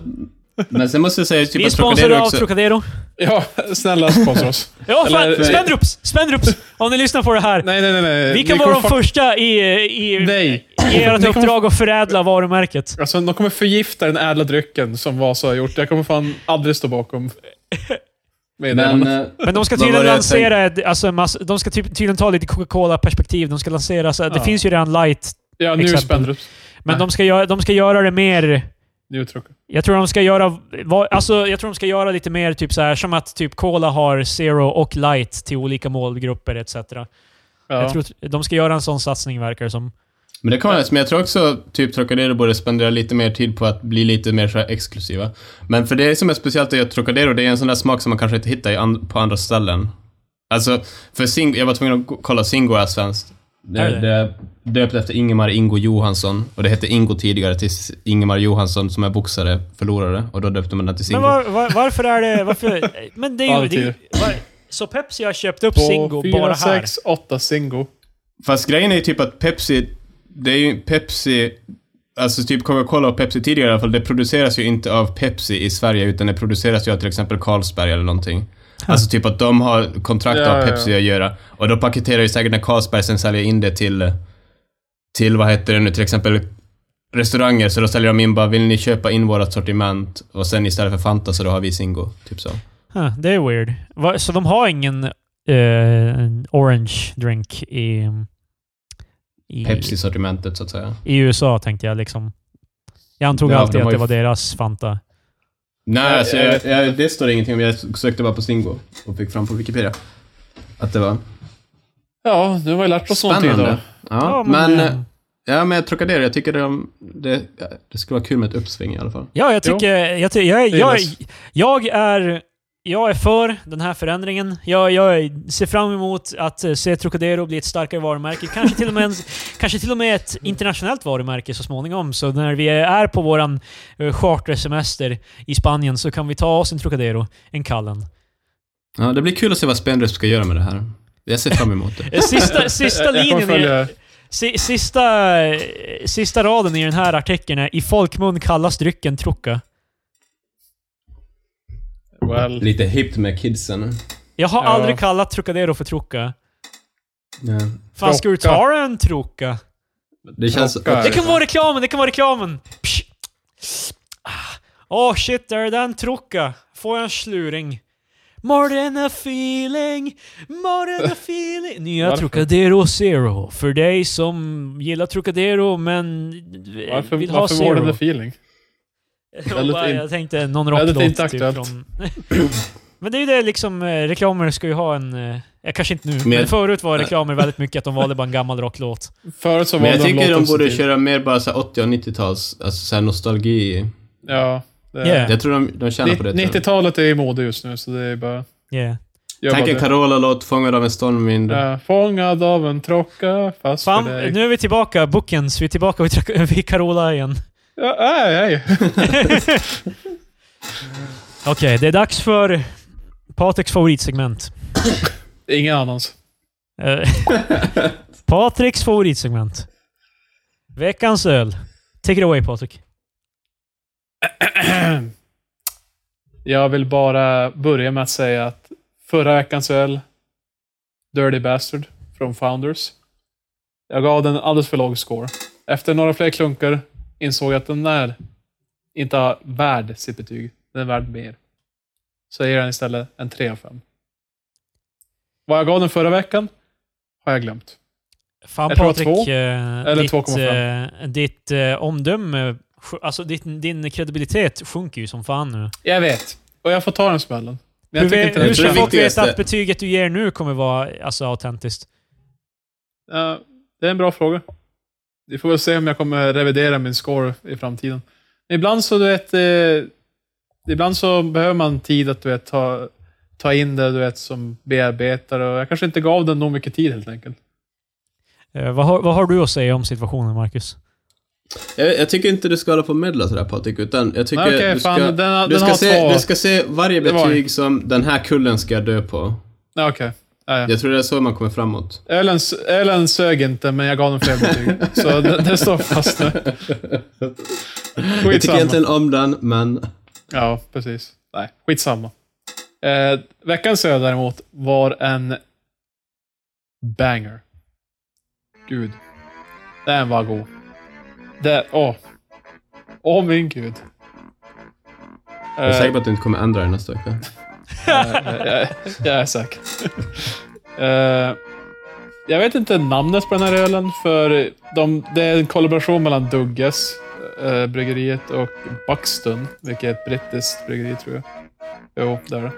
S2: men sen måste jag säga typ
S1: vi är
S2: att
S1: sponsrade
S2: Trocadero
S1: av
S2: också...
S1: Trocadero.
S3: Ja, snälla sponsra oss.
S1: Ja, fan!
S3: Eller-
S1: Spendrups! Spendrups! Om ni lyssnar på det här.
S3: Nej, nej, nej. nej.
S1: Vi
S3: Ni
S1: kan vara de
S3: kommer fuck-
S1: första i, i,
S3: Nej.
S1: i ert
S3: Ni kommer-
S1: uppdrag att förädla varumärket.
S3: Alltså, de kommer förgifta den ädla drycken som Vasa har gjort. Jag kommer fan aldrig
S2: <laughs>
S3: stå bakom
S2: Men,
S3: meddelandet.
S2: eh,
S1: Men de ska
S3: <laughs>
S2: Vad var
S1: tydligen
S2: det jag
S1: lansera... ett- Alltså, en massa, de ska typ, tydligen ta lite Coca-Cola-perspektiv. De ska lansera... Så, Det
S3: Ja.
S1: finns ju redan light,
S3: Ja, nu
S1: exempel.
S3: spänner
S1: men
S3: Nej.
S1: de ska, göra, de ska göra det mer...
S3: Nu tråkigt.
S1: Jag tror de ska göra... va- Alltså, jag tror de ska göra lite mer typ så här som att typ Cola har Zero och Light till olika målgrupper etc.
S3: Ja.
S1: Jag tror att de ska göra en sån satsning verkar det som.
S2: Men det kan vara men jag tror också typ Trocadero borde spendera lite mer tid på att bli lite mer så här exklusiva. Men för det som är speciellt är att Trocadero, det är en sån där smak som man kanske inte hittar i an- på andra ställen. Alltså, för Singo, jag var tvungen att go- kolla, Singo är svenskt. Det,
S1: Är det?
S2: det är döpt efter Ingemar Ingo Johansson och det hette Ingo tidigare tills Ingemar Johansson som är boxare förlorade och då döpte man den till
S1: Men
S2: Singo.
S1: var, var, varför är det... Varför,
S3: <laughs>
S1: men det är ju... Det, är ju-
S3: Alltid.
S1: var, så Pepsi har köpt upp
S3: Två,
S1: Singo
S3: fyra,
S1: bara här?
S3: sex, åtta Singo.
S2: Fast grejen är ju typ att Pepsi, det är ju Pepsi, alltså typ Coca-Cola och Pepsi tidigare i alla fall, det produceras ju inte av Pepsi i Sverige utan det produceras ju av till exempel Carlsberg eller någonting. Alltså typ att de har kontrakt
S3: Ja,
S2: av
S3: ja,
S2: Pepsi att göra. Och då paketerar ju säkert när Carlsberg sen säljer in det till, till vad heter det nu, till exempel restauranger, så då säljer de in bara, vill ni köpa in vårat sortiment? Och sen istället för Fanta så då har vi Singo, typ så.
S1: Huh, det är weird. Va, så de har ingen eh, orange drink i, i,
S2: Pepsi-sortimentet så att säga.
S1: i USA, tänkte jag. Liksom. Jag antog
S2: Ja, de
S1: alltid
S2: har
S1: att det
S2: ju-
S1: var deras Fanta.
S2: Nej,
S3: Jag-
S2: alltså,
S3: jag
S2: jag,
S3: vet
S2: jag, det står ingenting om. Jag sökte bara på Singo och fick fram på Wikipedia att det var
S3: Ja, nu har vi lärt oss någonting
S2: spännande.
S3: idag.
S2: Ja,
S1: Ja, men,
S2: men,
S1: eh,
S2: ja, men jag Trocadero, jag tycker det, det, det skulle vara kul med ett uppsving i alla fall.
S1: Ja, jag
S3: Jo.
S1: tycker... Jag, ty, jag, är-
S3: Det
S1: jag,
S3: gillas.
S1: jag, är, jag är för den här förändringen. Jag, jag ser fram emot att eh, se Trocadero bli ett starkare varumärke. Kanske till, och
S3: <laughs>
S1: med en, kanske till och med ett internationellt varumärke så småningom. Så när vi är på vår chartersemester i Spanien så kan vi ta oss en Trocadero, en
S3: <laughs>
S1: Kallen.
S2: Ja, det blir kul att se vad Spendrup ska göra med det här. Jag ser fram emot det.
S1: Eh, Sista, sista
S3: Jag- jag kommer
S1: linjen i,
S3: följa-
S1: si- sista, eh, sista raden i den här artikeln är “I folkmun kallas drycken trocka”.
S3: Well,
S2: <laughs> Lite hippt med kidsen.
S1: Jag har
S3: Ja.
S1: aldrig kallat Trocadero för trocka.
S2: Ja.
S1: Fan, ska du
S3: Trocka.
S1: ta en trocka?
S2: Det känns...
S3: Trocka.
S1: Det kan vara reklamen, det kan vara reklamen! Psh. Ah. Åh shit, där är den trocka. Får jag en sluring? Morena feeling, morena
S3: <laughs>
S1: feeling. Nya
S3: Varför?
S1: Trocadero Zero. För dig som gillar Trocadero men eh,
S3: varför
S1: vill ha
S3: varför
S1: Zero.
S3: var det the feeling?
S1: <laughs> Jag,
S3: Väldigt
S1: bara,
S3: in-
S1: jag tänkte någon
S3: Väldigt
S1: rocklåt
S3: inte
S1: typ
S3: aktuellt.
S1: från... <laughs> Men det är ju det liksom, eh, reklamer ska ju ha en... eh, Ja, kanske inte nu, men,
S2: Men-
S1: förut var reklamer väldigt mycket att de valde bara en gammal rocklåt.
S3: Förut så var
S2: Men jag
S3: den
S2: tycker
S3: låten
S2: de
S3: så
S2: borde
S3: fin.
S2: köra mer bara så här 80 och 90-tals, alltså så här nostalgi.
S3: Ja. det-
S1: Yeah.
S2: Jag tror de, de tjänar på det. tror jag.
S3: 90-talet är i mode just nu, så det är bara...
S1: Yeah.
S3: Gör
S2: Tänk en
S3: bara
S2: Carola-låt, Fångad av en stormvind.
S3: det. Ja, fångad av en trocka, fast
S1: Fan,
S3: för dig.
S1: nu är vi tillbaka, Bookends. Vi är tillbaka vid, <laughs> vid Carola igen.
S3: Ja, nej, <laughs> nej.
S1: Okej, det är dags för Patricks favoritsegment.
S3: Ingen annans.
S1: Eh, <laughs>
S2: <laughs>
S1: Patricks favoritsegment. Veckans öl. Take it away Patrik.
S3: <clears throat> Jag vill bara börja med att säga att förra veckans öl, Dirty Bastard från Founders, jag gav den alldeles för låg score. Efter några fler klunkar insåg jag att den där inte är värd sitt betyg. Den är värd mer. Så jag ger den istället en 3 av 5. Vad jag gav den förra veckan har jag glömt.
S1: Fan
S3: Jag tror
S1: Patrik,
S3: två.
S1: eh,
S3: Eller
S1: ditt,
S3: 2,5.
S1: eh, ditt eh, omdöme, sj- alltså ditt, din kredibilitet sjunker ju som fan nu.
S3: Jag vet. Och jag får ta den smällen. Men
S1: Hur,
S3: jag tycker
S1: ve-
S3: inte den
S1: hur ska
S2: tror det
S3: känns...
S1: folk veta
S2: viktigaste-
S1: att betyget du ger nu kommer vara alltså, autentiskt?
S3: Ja, det är en bra fråga. Vi får väl se om jag kommer revidera min score i framtiden. Men ibland så, du vet, eh, ibland så behöver man tid att du vet, ta, ta in det du vet, som bearbetare. Och jag kanske inte gav den nog mycket tid helt enkelt.
S1: Eh, vad, har, vad har du att säga om situationen, Marcus?
S2: Jag, jag tycker inte du ska hålla på och medla sådär Patrik, utan jag tycker
S3: Nej, okej,
S2: du ska...
S3: fan, den-
S2: du,
S3: den
S2: ska
S3: har
S2: se,
S3: två.
S2: du ska se varje
S3: Det var en.
S2: betyg som den här kullen ska dö på.
S3: Ja, Okej. Ja, ja.
S2: Jag tror det är så man kommer framåt.
S3: Ölen, s- ölen sög inte, men jag gav den fel betyg. så det, det står
S2: <laughs>
S3: fast nu.
S2: Jag tycker
S3: Skitsamma.
S2: egentligen om den, men...
S3: Ja, precis. Nej, skitsamma. Eh, veckans öl däremot var en banger. Gud. Den var god. Det, åh. Åh min gud.
S2: Jag är
S3: Eh,
S2: säker på att du inte kommer ändra den nästa vecka.
S3: jag, jag, jag är säker. Eh, jag vet inte namnet på den här ölen, för de, det är en kollaboration mellan Dugges, eh, bryggeriet, och Buxton, vilket är ett brittiskt bryggeri tror jag. Jo, det är det.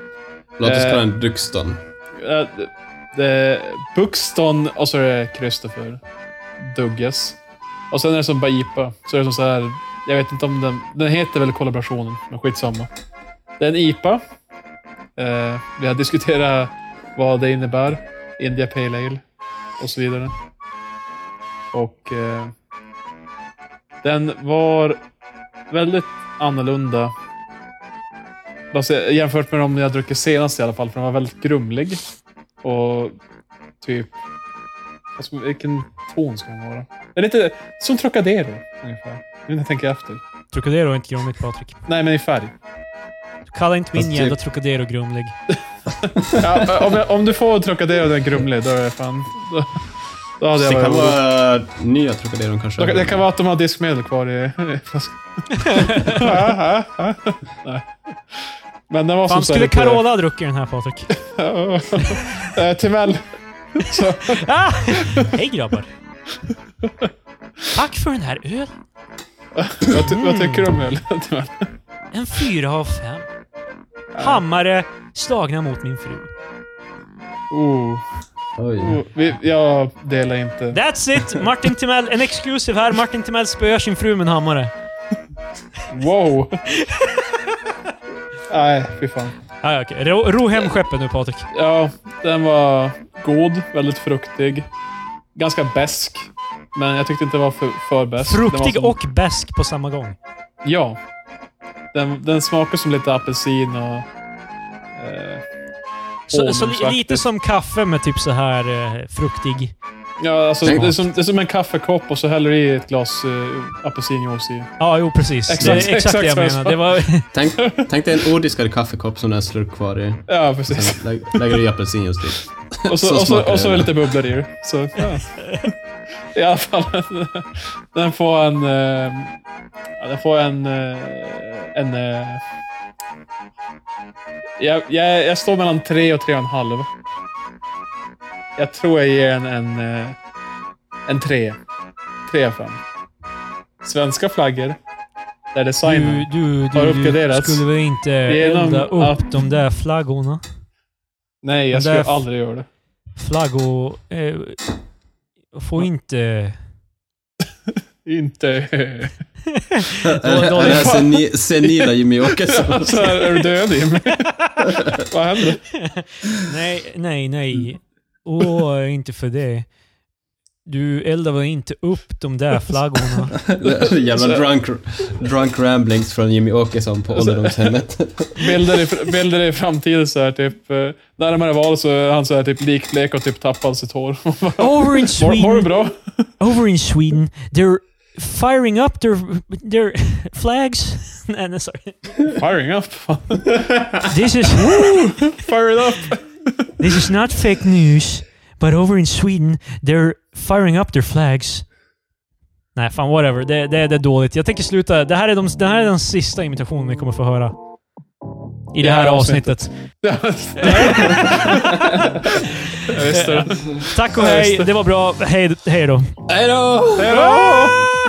S2: Låt oss
S3: Eh.
S2: kalla den Duxton.
S3: Eh, det- det. Buxton och så är det Christopher Dugges. Och sen är det som Baipa. Så är det som så här, jag vet inte om den... Den heter väl kollaborationen, men skitsamma. Det är en IPA. Eh, vi har diskuterat vad det innebär. India Pale Ale och så vidare. Och eh, den var väldigt annorlunda. Alltså, jämfört med de jag druckit senast i alla fall, för den var väldigt grumlig. Och typ... Alltså, vilken ton ska den vara? Den är lite som Trocadero, ungefär. Nu när jag tänker efter.
S1: Trocadero är inte grumligt, Patrik.
S3: Nej, men
S1: <laughs>
S3: i färg.
S1: Kalla inte min
S3: Alltså,
S2: Fast
S1: jävla
S2: typ-
S1: Trocadero grumlig.
S3: Ja, om, jag, om du får Trocadero den är grumlig, då är det fan... Då, då hade
S2: Det
S3: jag
S2: kan
S3: varit orolig.
S2: vara nya Trocaderon kanske.
S3: Då- Det kan vara att de har diskmedel kvar i i
S1: <laughs>
S3: flaskan. Nej. Men den var
S1: Fan,
S3: som så
S1: skulle
S3: lite- <laughs>
S1: Carola ha druckit den här, Patrik?
S3: Eh, Timell. Så,
S1: ah! Hej grabbar! Tack för den här ölen.
S3: vad, ty- vad tycker du om öl? Timell?
S1: En fyra av fem. Hammare slagna mot min fru.
S3: Oh,
S2: Oj.
S3: oh, vi, jag delar inte.
S1: That's it! Martin Timell, en exclusive här. Martin Timell spöar sin fru med en hammare.
S3: Wow! <laughs> Nej, fy fan.
S1: Ah, ja, okej. ro, ro hem skeppet nu Patrik.
S3: Ja, den var god, väldigt fruktig. Ganska besk. Men jag tyckte inte det var för, för besk. Den var
S1: Fruktig
S3: som-
S1: och besk på samma gång.
S3: Ja. Den, den smakar som lite apelsin och... Eh,
S1: Så, så li,
S3: Honungsaktigt.
S1: lite som kaffe med typ så här eh, fruktig.
S3: ja, alltså, det,
S2: Tänk-
S3: är som, det är som en kaffekopp och så häller du i ett glas eh, apelsinjuice i.
S1: Ja, jo precis.
S3: Exakt-
S1: det, är exakt
S3: exakt
S1: det jag
S3: så jag sa.
S1: menar. Det var,
S2: Tänk, tänk dig en odiskad kaffekopp som den slurk kvar i.
S3: Ja, precis.
S2: Sen lä- lägger du i apelsinjuice typ.
S3: <laughs>
S2: dit.
S3: Och så,
S2: Så
S3: och så,
S2: smakar
S3: och så
S2: det.
S3: lite bubblor i det. Så, ja. <laughs> I alla fall. <laughs> Den får en... eh, Ja, den får en... eh, en eh, jag, jag, jag står mellan tre och tre och en halv. Jag tror jag ger en en, eh, en tre. Tre av fem. Svenska flaggor. Där designen.
S1: Du, du,
S3: Har
S1: du, du
S3: uppgraderats.
S1: skulle väl inte
S3: Genom
S1: elda upp
S3: att-
S1: de där flaggorna?
S3: Nej, jag
S1: Men
S3: skulle
S1: där-
S3: aldrig göra det.
S1: Flaggor... Eh, får
S3: <laughs>
S1: inte...
S3: Inte...
S1: Då- då-
S2: Är det här seni- senila Jimmy Åkesson?
S3: <laughs> alltså, är du
S1: <laughs>
S3: död Jimmy? Vad händer?
S1: nej, nej,
S3: Mm.
S1: nej. Åh, inte för det. Du eldar väl inte upp de där flaggorna?
S3: <laughs>
S2: Jävla drunk, drunk ramblings från Jimmy Åkesson på ålderdomshemmet.
S3: Bilder i, bilder i framtiden så här typ... eh, Närmare val så är han så här typ likblek och typ tappad sitt hår. <laughs>
S1: Over in
S3: Mår mår du
S1: Sweden,
S3: bra?
S1: over in Sweden, they're firing up their, their <laughs> flags. <laughs> nej, nej,
S3: <laughs>
S1: sorry.
S3: Firing up.
S1: This is,
S3: Firing <laughs> up.
S1: this is not fake news, but over in Sweden, they're firing up their flags. Nej, fan whatever. Det, det, det är dåligt. Jag tänker sluta. Det här är, de, det här är den sista imitationen vi kommer få höra. I det här avsnittet.
S3: Jag visste det.
S1: Tack och hej. Det var bra. Hej, hej då.
S3: Eh,
S2: Hej då!
S3: Hej då!